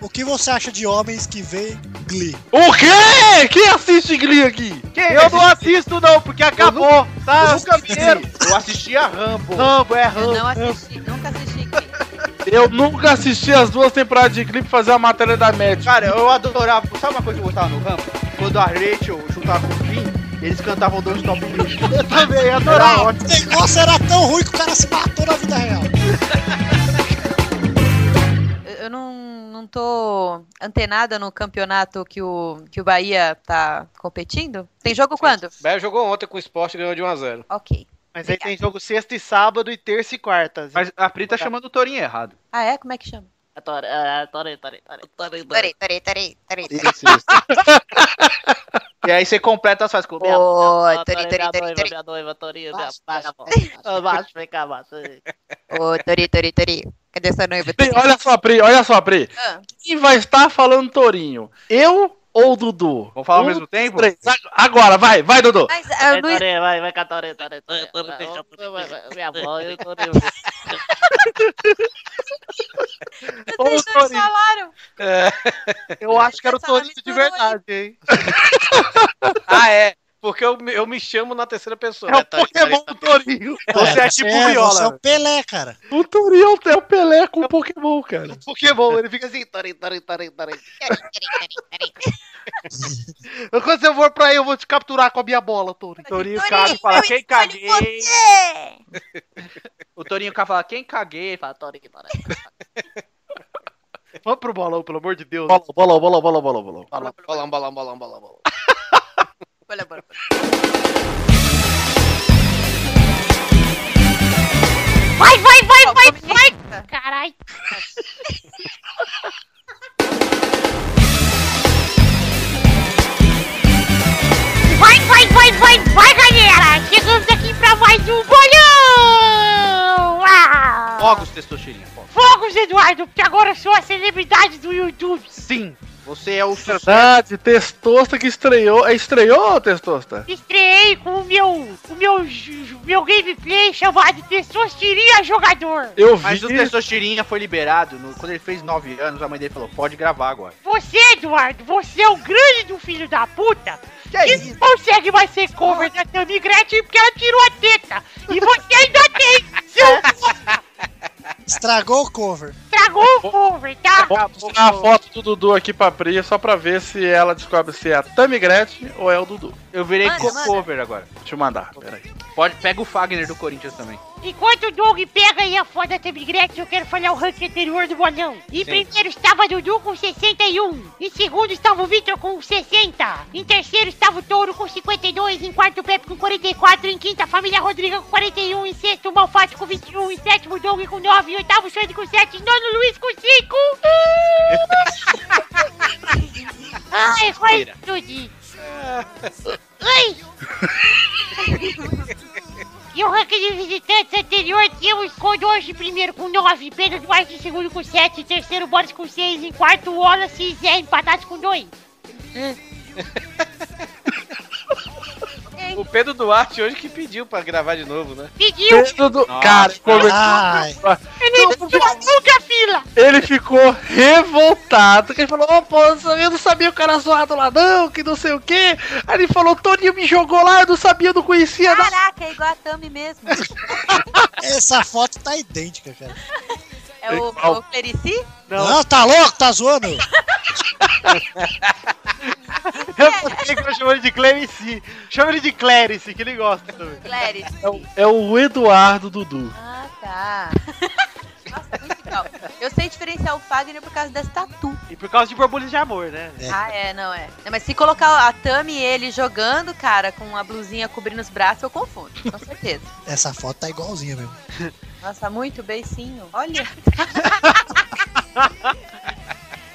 [SPEAKER 4] o que você acha de homens que veem Glee?
[SPEAKER 2] O quê? Quem assiste Glee aqui?
[SPEAKER 1] Eu não assisto não, porque acabou, tá?
[SPEAKER 5] Eu nunca vi. Eu assisti a Rambo.
[SPEAKER 1] Rambo, é
[SPEAKER 3] Eu
[SPEAKER 1] Rambo.
[SPEAKER 3] não assisti, nunca assisti. Glee.
[SPEAKER 2] Eu nunca assisti as duas temporadas de Glee pra fazer a matéria da Match.
[SPEAKER 5] Cara, eu adorava. Sabe uma coisa que eu gostava no Rambo? Quando a Rachel juntava com o Finn, eles cantavam dois top Glee.
[SPEAKER 1] Eu também, eu adorava.
[SPEAKER 4] o negócio era tão ruim que o cara se matou na vida real.
[SPEAKER 3] Eu, eu não, não tô antenada no campeonato que o, que o Bahia tá competindo. Tem jogo quando?
[SPEAKER 9] Bahia jogou ontem com o esporte e ganhou de 1x0.
[SPEAKER 3] Ok.
[SPEAKER 1] Mas aí tem jogo sexta e sábado e terça e quarta.
[SPEAKER 5] Mas a Pri tá chamando o Torinho errado.
[SPEAKER 3] Ah, é? Como é que chama? Torei, torei, torei, torei.
[SPEAKER 5] E aí você completa as fases com
[SPEAKER 3] Oi, torei, torei, torei, torei. Ô, Tori, Tori, Tori. Cadê sua noiva?
[SPEAKER 2] Pri, Olha só, Pri, olha só, Pri. Quem vai estar falando Torinho? Eu ou o Dudu?
[SPEAKER 5] Vamos falar ao
[SPEAKER 2] Um,
[SPEAKER 5] mesmo tempo?
[SPEAKER 2] três. Ag- Agora, vai, vai, Dudu.
[SPEAKER 3] Mas a
[SPEAKER 1] É,
[SPEAKER 3] Luiz...
[SPEAKER 1] Ô,
[SPEAKER 3] Vocês dois
[SPEAKER 1] Tori.
[SPEAKER 3] falaram.
[SPEAKER 9] É.
[SPEAKER 1] Eu acho que era o
[SPEAKER 3] Essa
[SPEAKER 1] Torinho de
[SPEAKER 3] misturou
[SPEAKER 2] é
[SPEAKER 3] aí.
[SPEAKER 1] verdade, hein?
[SPEAKER 9] Ah, é. Porque eu, me- eu me chamo na terceira pessoa.
[SPEAKER 2] É
[SPEAKER 9] né?
[SPEAKER 2] o
[SPEAKER 9] Tá aí, tá aí,
[SPEAKER 2] Pokémon
[SPEAKER 9] tá
[SPEAKER 2] do Torinho.
[SPEAKER 5] Você é tipo o Viola,
[SPEAKER 4] Você é o Pelé, cara.
[SPEAKER 2] O Torinho é o Pelé com o Pokémon, cara.
[SPEAKER 1] Pokémon, ele fica assim, Torinho, Torinho, Torinho, Torinho. Quando eu for pra aí, eu vou te capturar com a minha bola, Torinho.
[SPEAKER 5] Torinho caga e fala, quem caguei? O Torinho caga e fala, quem caguei? Fala, Torinho, Torinho.
[SPEAKER 1] Vamos pro bolão, pelo amor de Deus.
[SPEAKER 2] Bola, bola, bola, bola, bola, bola.
[SPEAKER 9] aí. Bolão, bolão, bolão, bolão, bolão.
[SPEAKER 3] Olha, bora, bora.
[SPEAKER 8] vai, vai! Caralho! Vai, vai, vai, vai, vai, galera! Chegamos aqui pra mais um bolão! Ah!
[SPEAKER 5] Fogos, Testosterinha, fogos.
[SPEAKER 8] Fogos, Eduardo, porque agora eu sou a celebridade do YouTube.
[SPEAKER 5] Sim, você é o sucesso.
[SPEAKER 2] Verdade, Testosta que estreou. É, Estreou, Testosta?
[SPEAKER 8] Estreiei com o meu, o meu, j- j- meu gameplay chamado Testosteria Jogador.
[SPEAKER 2] Eu vi.
[SPEAKER 5] Mas o Testosterinha foi liberado no- quando ele fez 9 anos. A mãe dele falou: pode gravar agora.
[SPEAKER 8] Você, Eduardo, você é o grande do filho da puta
[SPEAKER 5] Que é
[SPEAKER 8] que
[SPEAKER 5] isso?
[SPEAKER 8] consegue mais ser cover da Tammy Gretchen porque ela tirou a teta. E você ainda tem, seu
[SPEAKER 4] Estragou o cover.
[SPEAKER 8] Tragou o cover, tá?
[SPEAKER 2] Vou mostrar a foto do Dudu aqui pra Pri, só pra ver se ela descobre se é a Tammy Gretchen ou é o Dudu.
[SPEAKER 5] Eu virei
[SPEAKER 3] Manda, manda.
[SPEAKER 5] cover agora.
[SPEAKER 2] Deixa eu mandar, peraí.
[SPEAKER 5] Pode, pega o Fagner do Corinthians também.
[SPEAKER 8] Enquanto o Doug pega aí a foda da Tammy Gretchen, eu quero falar o ranking anterior do bolão. Em primeiro estava Dudu com 61. Em segundo estava o Victor com 60. Em terceiro estava o Touro com 52. Em quarto, o Pepe com 44. Em quinta, a família Rodrigo com 41. Em sexto, o Malfatti com 21. Em sétimo, o Doug com 9. Em oitavo, o Xande com 7. Em nono, o Luiz com 5. Ai, quase explodi. Ai! E o ranking de visitantes anterior tínhamos Condorce em primeiro com 9, Pedro Duarte em segundo com 7, terceiro Boris com 6, em quarto Wallace e Zé empatados com 2.
[SPEAKER 9] O Pedro Duarte hoje que pediu pra gravar de novo, né?
[SPEAKER 8] Pediu!
[SPEAKER 2] Pedro Dudu. Cara, como-
[SPEAKER 4] Ai,
[SPEAKER 8] Ele pediu a longa fila!
[SPEAKER 2] ele ficou revoltado. Que ele falou: Ô, pô, eu não sabia o cara zoado lá, não, que não sei o quê. Aí ele falou: Toninho me jogou lá, eu não sabia, eu não conhecia, não.
[SPEAKER 3] Caraca, é igual a Tami mesmo.
[SPEAKER 4] essa foto tá idêntica, cara.
[SPEAKER 3] É o, é o Clerici?
[SPEAKER 4] Não, tá louco? Tá zoando?
[SPEAKER 1] Eu sei que eu chamo ele de Clerici. Chama ele de Clerici, que ele gosta também.
[SPEAKER 3] Clerici.
[SPEAKER 2] É o- É o Eduardo Dudu.
[SPEAKER 3] Ah, tá. Nossa, muito legal. Eu sei diferenciar o Fagner por causa dessa tatu.
[SPEAKER 1] E por causa de borbulhas de amor, né?
[SPEAKER 3] Ah, é, não é. Não, mas se colocar a Tami e ele jogando, cara, com a blusinha cobrindo os braços, eu confundo, com certeza.
[SPEAKER 4] Essa foto tá igualzinha mesmo.
[SPEAKER 3] Nossa, muito beicinho. Olha.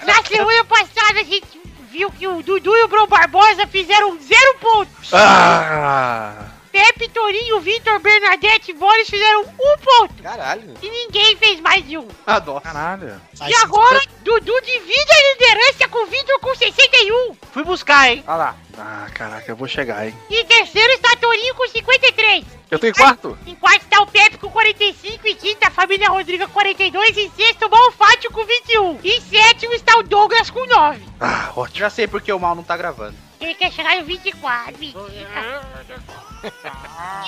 [SPEAKER 8] Na semana passada a gente viu que o Dudu e o Bro Barbosa fizeram zero pontos.
[SPEAKER 2] Ah!
[SPEAKER 8] Pepe, Torinho, Vitor, Bernadette e Boris fizeram um ponto.
[SPEAKER 9] Caralho.
[SPEAKER 8] E ninguém fez mais de um.
[SPEAKER 5] Adoro.
[SPEAKER 2] Caralho.
[SPEAKER 4] Faz
[SPEAKER 8] E agora, Dudu divide a liderança com o Vitor com 61.
[SPEAKER 1] Fui buscar, hein?
[SPEAKER 2] Olha lá. Ah, caraca, eu vou chegar, hein?
[SPEAKER 8] Em terceiro está Torinho com 53.
[SPEAKER 2] Eu tenho quarto?
[SPEAKER 8] Em quarto está o Pepe com 45. Em quinta, a família Rodrigo com 42. Em sexto, o Malfátio com 21. Em sétimo está o Douglas com 9.
[SPEAKER 2] Ah, ótimo.
[SPEAKER 5] Já sei porque o mal não tá gravando.
[SPEAKER 8] Ele quer chegar no 24. mentira.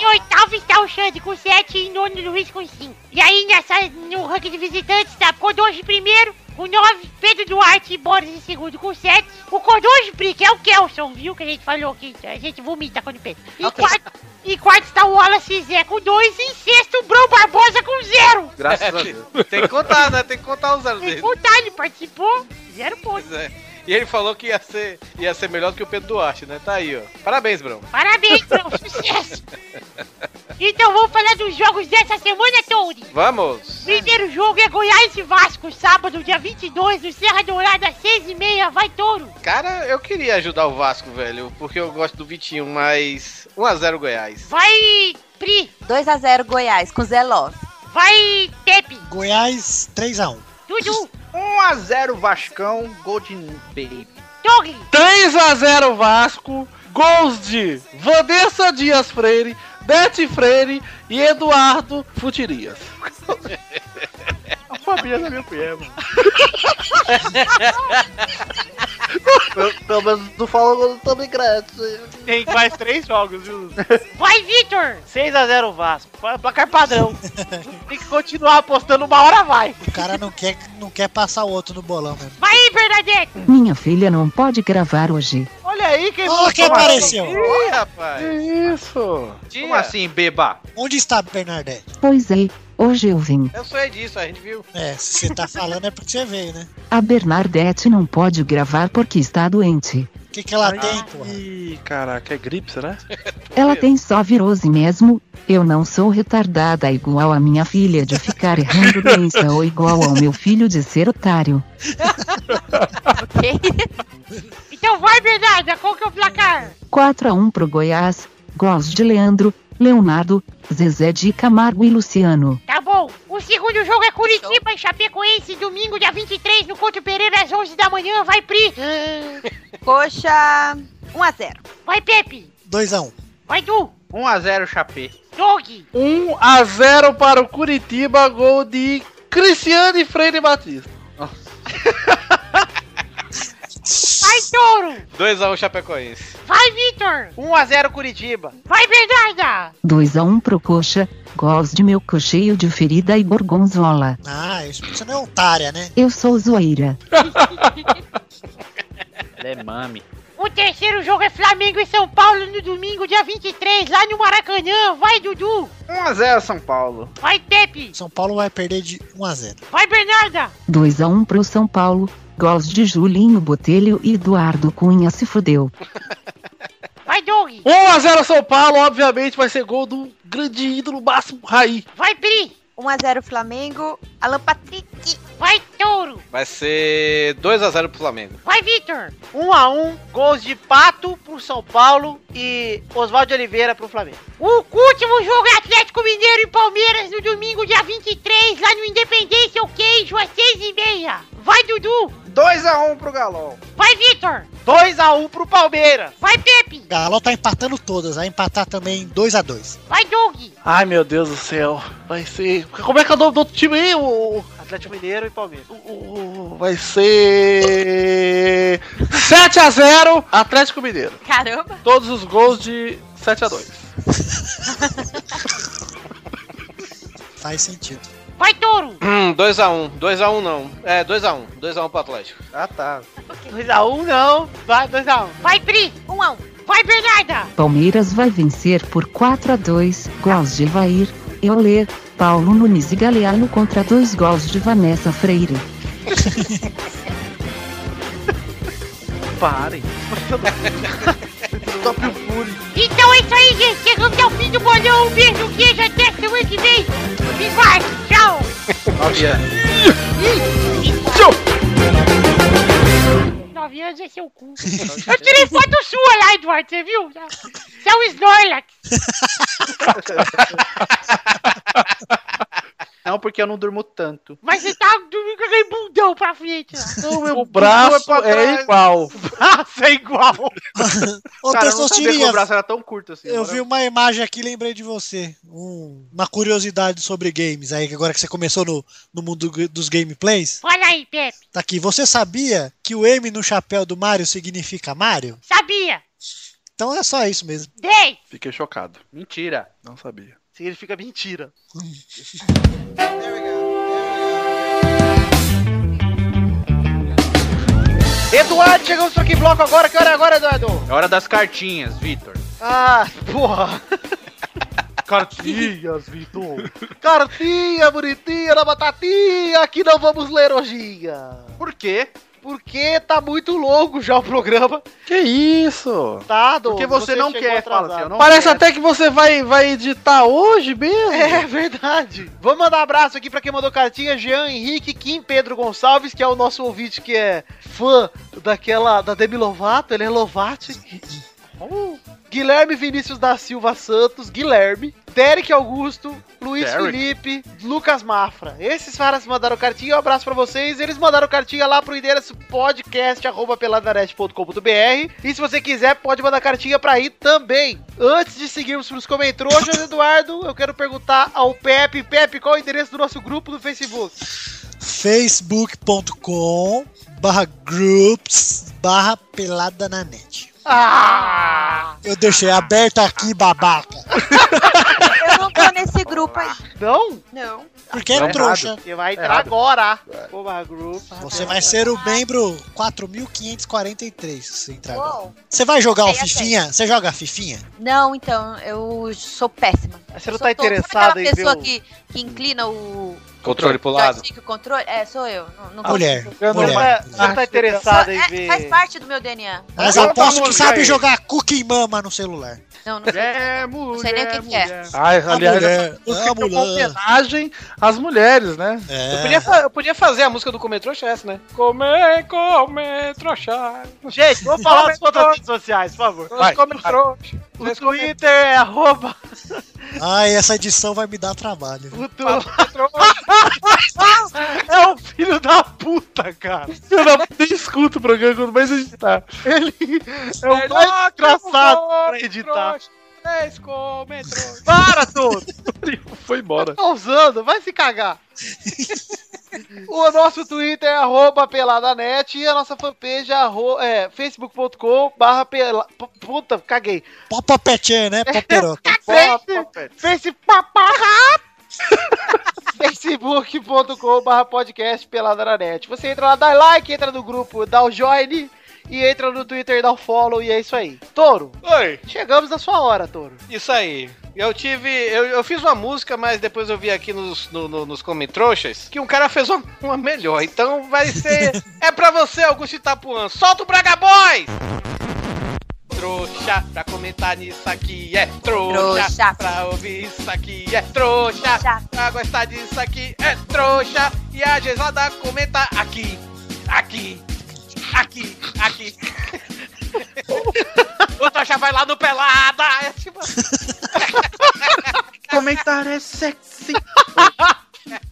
[SPEAKER 8] em oitavo está o Xande com 7 e em nono o Luiz com 5. E aí nessa, no ranking de visitantes está Codonge em primeiro com 9, Pedro Duarte e Boris em segundo com 7. O Codonge, Pri, que é o Kelson, viu? Que a gente falou que a gente vomita quando pensa. Em, quarto, em quarto está o Wallace e Zé com 2 e em sexto o Bro Barbosa com 0.
[SPEAKER 5] Graças a Deus.
[SPEAKER 9] É, Tem que contar, né? Tem que contar os anos
[SPEAKER 8] E
[SPEAKER 9] dele.
[SPEAKER 8] vontade, ele participou, 0 pontos.
[SPEAKER 9] Pois é. E ele falou que ia ser, ia ser melhor do que o Pedro Duarte, né? Tá aí, ó. Parabéns, Brão.
[SPEAKER 8] Parabéns, Bro, sucesso. Então vamos falar dos jogos dessa semana, Tony.
[SPEAKER 9] Vamos!
[SPEAKER 8] Primeiro jogo é Goiás e Vasco, sábado, dia 22, no Serra Dourada, 6 e meia, vai touro.
[SPEAKER 9] Cara, eu queria ajudar o Vasco, velho, porque eu gosto do Vitinho, mas 1x0 Goiás.
[SPEAKER 8] Vai, Pri,
[SPEAKER 3] 2x0 Goiás, com Zé Love.
[SPEAKER 8] vai, Tepe,
[SPEAKER 4] Goiás 3x1.
[SPEAKER 8] Dudu,
[SPEAKER 5] 1x0 Vascão, Golden Baby.
[SPEAKER 8] Dog,
[SPEAKER 2] 3x0 Vasco, gols de Vanessa Dias Freire, Bete Freire e Eduardo Futirias.
[SPEAKER 1] A família da minha mulher, mano.
[SPEAKER 7] Pelo- Pelo menos não fala quando também Gretchen.
[SPEAKER 1] Tem mais três jogos, viu?
[SPEAKER 8] vai, Vitor,
[SPEAKER 1] 6x0 Vasco. Placar padrão. Tem que continuar apostando, uma hora vai.
[SPEAKER 4] O cara não quer, não quer passar o outro no bolão mesmo.
[SPEAKER 8] vai, Bernadette,
[SPEAKER 10] Minha filha não pode gravar hoje.
[SPEAKER 1] Olha aí quem
[SPEAKER 4] Olha quem apareceu.
[SPEAKER 9] Ih, rapaz!
[SPEAKER 2] É Isso!
[SPEAKER 5] Como assim, beba?
[SPEAKER 4] Onde está Bernadette?
[SPEAKER 10] Pois é, hoje eu vim.
[SPEAKER 9] Eu sonhei disso, a gente viu.
[SPEAKER 4] É, se você tá falando é porque você veio, né?
[SPEAKER 10] A Bernadette não pode gravar porque está doente.
[SPEAKER 4] que, que ela
[SPEAKER 5] Ah.
[SPEAKER 2] Ai,
[SPEAKER 4] tem, porra?
[SPEAKER 2] Ah, Ih, caraca, é gripe, será?
[SPEAKER 10] Ela tem só virose mesmo. Eu não sou retardada igual a minha filha de ficar errando doença ou igual ao meu filho de ser otário.
[SPEAKER 8] Então vai, Bernarda, qual que é o placar?
[SPEAKER 10] 4 a 1 pro Goiás. Gols de Leandro, Leonardo, Zezé de Camargo e Luciano.
[SPEAKER 8] Tá bom. O segundo jogo é Curitiba e Chapecoense, domingo, dia 23, no Couto Pereira, às 11 da manhã. Vai, Pri.
[SPEAKER 3] Coxa, 1x0.
[SPEAKER 8] Vai, Pepe.
[SPEAKER 4] 2x1.
[SPEAKER 8] Vai, Du.
[SPEAKER 5] 1x0 Chapé.
[SPEAKER 8] Dog.
[SPEAKER 2] 1 a 0 para o Curitiba, gol de Cristiane Freire Batista.
[SPEAKER 8] Vai, Touro.
[SPEAKER 9] 2x1 Chapecoense.
[SPEAKER 8] Vai, Vitor.
[SPEAKER 1] 1x0 Curitiba.
[SPEAKER 8] Vai, Bernarda.
[SPEAKER 10] 2 a 1 pro Coxa. Gols de meu cocheio de ferida e gorgonzola.
[SPEAKER 4] Ah, isso você não é otária, né?
[SPEAKER 10] Eu sou zoeira.
[SPEAKER 5] Ela é mami.
[SPEAKER 8] O terceiro jogo é Flamengo e São Paulo no domingo, dia 23, lá no Maracanã. Vai, Dudu.
[SPEAKER 5] 1x0 São Paulo.
[SPEAKER 8] Vai, Pepe.
[SPEAKER 4] São Paulo vai perder de 1x0.
[SPEAKER 8] Vai, Bernarda.
[SPEAKER 10] 2 a 1 pro São Paulo. Gols de Julinho Botelho e Eduardo Cunha se fudeu.
[SPEAKER 8] Vai, Dog.
[SPEAKER 2] 1 a 0 São Paulo, obviamente vai ser gol do grande ídolo máximo Raí.
[SPEAKER 8] Vai, Pri.
[SPEAKER 3] 1x0 Flamengo, Alan Patrick.
[SPEAKER 8] Vai, Touro.
[SPEAKER 9] Vai ser 2x0 pro Flamengo.
[SPEAKER 8] Vai, Vitor.
[SPEAKER 1] 1x1, gols de Pato pro São Paulo e Oswaldo de Oliveira pro Flamengo.
[SPEAKER 8] O último jogo é Atlético Mineiro e Palmeiras no domingo, dia 23, lá no Independência o Queijo, às 6h30. Vai, Dudu!
[SPEAKER 5] 2x1 pro Galol.
[SPEAKER 8] Vai, Vitor!
[SPEAKER 1] 2x1 pro Palmeiras.
[SPEAKER 8] Vai, Pepe!
[SPEAKER 4] Galo tá empatando todas, vai empatar também 2x2.
[SPEAKER 8] Vai, Doug!
[SPEAKER 2] Ai meu Deus do céu, vai ser. Como é que é o nome do outro time aí? O,
[SPEAKER 1] Atlético Mineiro e Palmeiras.
[SPEAKER 2] o- vai ser. 7 a 0 Atlético Mineiro.
[SPEAKER 3] Caramba.
[SPEAKER 2] Todos os gols de 7 a 2
[SPEAKER 4] Faz sentido.
[SPEAKER 8] Vai, Touro!
[SPEAKER 9] Hum, 2x1. 2x1 não. É, 2x1. 2x1 pro Atlético.
[SPEAKER 5] Ah tá.
[SPEAKER 1] 2x1 não, vai 2x1.
[SPEAKER 8] Vai, Pri! 1x1. Vai, Bernarda!
[SPEAKER 10] Palmeiras vai vencer por 4 a 2 Gols de Vair, Euler, Paulo Nunes e Galeano contra dois gols de Vanessa Freire.
[SPEAKER 2] Parem.
[SPEAKER 8] Então é isso aí, gente! Chegamos ao fim do bolão. Um beijo, queijo, até semana que vem! E vai! Tchau! Nove anos é seu cu. Eu tirei foto sua lá, Eduardo, você viu? Você é um Snorlax!
[SPEAKER 5] Não, porque eu não durmo tanto.
[SPEAKER 8] Mas você tá dormindo com aquele bundão pra frente lá.
[SPEAKER 2] o braço
[SPEAKER 5] pra trás.
[SPEAKER 2] é igual.
[SPEAKER 1] Braço é igual.
[SPEAKER 4] Ô,
[SPEAKER 5] Cara, eu não sabia que
[SPEAKER 4] Testostirinha,
[SPEAKER 5] o braço era tão curto assim.
[SPEAKER 4] eu vi uma imagem aqui e lembrei de você. Um- uma curiosidade sobre games aí, que agora que você começou no, no mundo g- dos gameplays.
[SPEAKER 8] Olha aí, Pepe.
[SPEAKER 4] Tá aqui. Você sabia que o M no chapéu do Mario significa Mario?
[SPEAKER 8] Sabia.
[SPEAKER 4] Então é só isso mesmo.
[SPEAKER 8] 10.
[SPEAKER 2] Fiquei chocado.
[SPEAKER 5] Mentira.
[SPEAKER 2] Não sabia.
[SPEAKER 1] Significa mentira. Eduardo, chegamos aqui em bloco agora. Que hora é agora, Eduardo?
[SPEAKER 5] É hora das cartinhas, Vitor.
[SPEAKER 1] Ah, porra.
[SPEAKER 2] Cartinhas, Vitor.
[SPEAKER 1] Cartinha bonitinha da batatinha que não vamos ler hoje.
[SPEAKER 5] Por quê?
[SPEAKER 1] Porque tá muito longo já o programa,
[SPEAKER 2] Que isso?
[SPEAKER 1] tá? Do,
[SPEAKER 5] Porque você, não
[SPEAKER 1] chegou
[SPEAKER 5] quer, fala
[SPEAKER 1] atrasado.
[SPEAKER 5] assim, eu não
[SPEAKER 2] Parece
[SPEAKER 5] quero.
[SPEAKER 2] até que você vai, vai editar hoje mesmo.
[SPEAKER 1] É verdade. Vamos mandar um abraço aqui pra quem mandou cartinha, Jean Henrique, Kim Pedro Gonçalves, que é o nosso ouvinte que é fã daquela da Demi Lovato, ele é Lovati. Uh. Guilherme Vinícius da Silva Santos, Guilherme, Derek Augusto, Luiz
[SPEAKER 5] Derek.
[SPEAKER 1] Felipe, Lucas Mafra. Esses caras mandaram cartinha, um abraço pra vocês. Eles mandaram cartinha lá pro endereço podcast@peladarete.com.br. E se você quiser, pode mandar cartinha pra aí também. Antes de seguirmos pros comentrojas, Eduardo, eu quero perguntar ao Pepe, Pepe, qual é o endereço do nosso grupo no Facebook?
[SPEAKER 4] facebook.com barra groups barra pelada na net.
[SPEAKER 1] Ah!
[SPEAKER 4] Eu deixei aberto aqui, babaca.
[SPEAKER 3] Eu não tô nesse grupo aí.
[SPEAKER 1] Não?
[SPEAKER 3] Não.
[SPEAKER 4] Porque
[SPEAKER 1] Tá
[SPEAKER 4] é trouxa.
[SPEAKER 1] Você vai entrar
[SPEAKER 5] Errado.
[SPEAKER 1] agora. Oba, grupo.
[SPEAKER 4] Você vai ser o membro 4.543 se você entrar agora.
[SPEAKER 3] Uou.
[SPEAKER 4] Você vai jogar o
[SPEAKER 3] Sei, eu sei.
[SPEAKER 4] Fifinha? Você joga a Fifinha?
[SPEAKER 3] Não, então, eu sou péssima.
[SPEAKER 1] Você não
[SPEAKER 3] Eu
[SPEAKER 1] tá
[SPEAKER 3] sou toda-
[SPEAKER 1] interessado
[SPEAKER 3] sabe
[SPEAKER 1] em
[SPEAKER 3] aquela pessoa
[SPEAKER 1] ver o...
[SPEAKER 3] que, que inclina o,
[SPEAKER 9] Controle pro lado.
[SPEAKER 3] Joystick, o controle? É, sou eu. Não, não
[SPEAKER 4] A mulher.
[SPEAKER 3] consigo.
[SPEAKER 4] Mulher.
[SPEAKER 1] Você tá interessado em
[SPEAKER 3] Só- é, Faz
[SPEAKER 1] ver.
[SPEAKER 3] parte do meu DNA.
[SPEAKER 4] Mas
[SPEAKER 1] Agora
[SPEAKER 4] aposto
[SPEAKER 1] tá
[SPEAKER 4] que sabe
[SPEAKER 1] aí.
[SPEAKER 4] jogar cookie mama no celular.
[SPEAKER 3] Não, não sei.
[SPEAKER 5] É,
[SPEAKER 3] não sei nem o que, que é.
[SPEAKER 2] Ai, aliás, essa
[SPEAKER 4] mulher,
[SPEAKER 2] música
[SPEAKER 4] a
[SPEAKER 2] é uma
[SPEAKER 4] mulher.
[SPEAKER 2] homenagem às mulheres, né?
[SPEAKER 4] É.
[SPEAKER 1] Eu podia, fa- eu podia fazer a música do Comer Trouxa essa, né? Comer, comer, trouxa. Gente, vamos falar das outras redes sociais, por favor.
[SPEAKER 2] Vai,
[SPEAKER 1] Comer
[SPEAKER 2] vai.
[SPEAKER 1] trouxa. O Twitter é arroba.
[SPEAKER 4] Ai, essa edição vai me dar trabalho.
[SPEAKER 1] O tu... é o filho da puta, cara.
[SPEAKER 2] Eu não nem escuto o programa quando mais editar.
[SPEAKER 1] Ele é o mais engraçado pra editar.
[SPEAKER 5] Três cometrões.
[SPEAKER 1] Para, todo!
[SPEAKER 2] Foi embora.
[SPEAKER 1] Tá usando, vai se cagar. o nosso Twitter é arroba peladanet e a nossa fanpage é, arro- é facebook.com barra pela... p- Puta, caguei.
[SPEAKER 4] Popopetê, né? Poperota.
[SPEAKER 1] Face paparra! facebook.com.br podcast peladananet. Você entra lá, dá like, entra no grupo, dá o join e entra no Twitter, dá o follow e é isso aí. Toro,
[SPEAKER 9] Oi,
[SPEAKER 1] chegamos na sua hora, Toro.
[SPEAKER 9] isso aí. Eu tive. Eu, eu fiz uma música, mas depois eu vi aqui nos, no, no, nos Comentroxas que um cara fez uma, uma melhor. Então vai ser. é pra você, Augusto Itapuã. Solta o Braga Boys! Trouxa pra comentar nisso aqui é trouxa,
[SPEAKER 3] Trouxa.
[SPEAKER 9] pra ouvir isso aqui é trouxa,
[SPEAKER 3] Trouxa.
[SPEAKER 9] pra gostar disso aqui é trouxa e a Gesada comenta aqui, aqui, aqui, aqui. o trouxa vai lá no pelada. É tipo...
[SPEAKER 5] Comentar é sexy.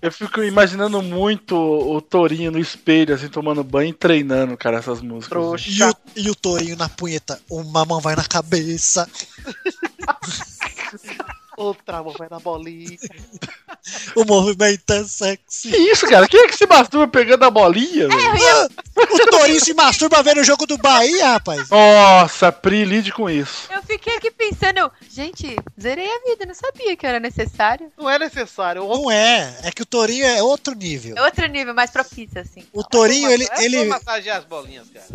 [SPEAKER 2] Eu fico imaginando muito o Torinho no espelho, assim, tomando banho e treinando, cara, essas músicas.
[SPEAKER 4] E o, e o tourinho na punheta. Uma mão vai na cabeça.
[SPEAKER 1] Outra mão vai na bolinha.
[SPEAKER 4] O movimento é sexy.
[SPEAKER 2] Que isso, cara? Quem é que se masturba pegando a bolinha?
[SPEAKER 3] É,
[SPEAKER 2] velho?
[SPEAKER 4] Ah, o tourinho se masturba vendo o jogo do Bahia, rapaz.
[SPEAKER 2] Nossa, Pri, lide com isso.
[SPEAKER 3] Eu fiquei aqui pensando, eu, gente, zerei a vida, não sabia que era necessário.
[SPEAKER 1] Não é necessário.
[SPEAKER 4] Não é. É que o tourinho é outro nível.
[SPEAKER 3] É outro nível, mais propício, assim.
[SPEAKER 4] O tourinho, ele.
[SPEAKER 9] É só
[SPEAKER 4] ele...
[SPEAKER 9] massagear as bolinhas, cara.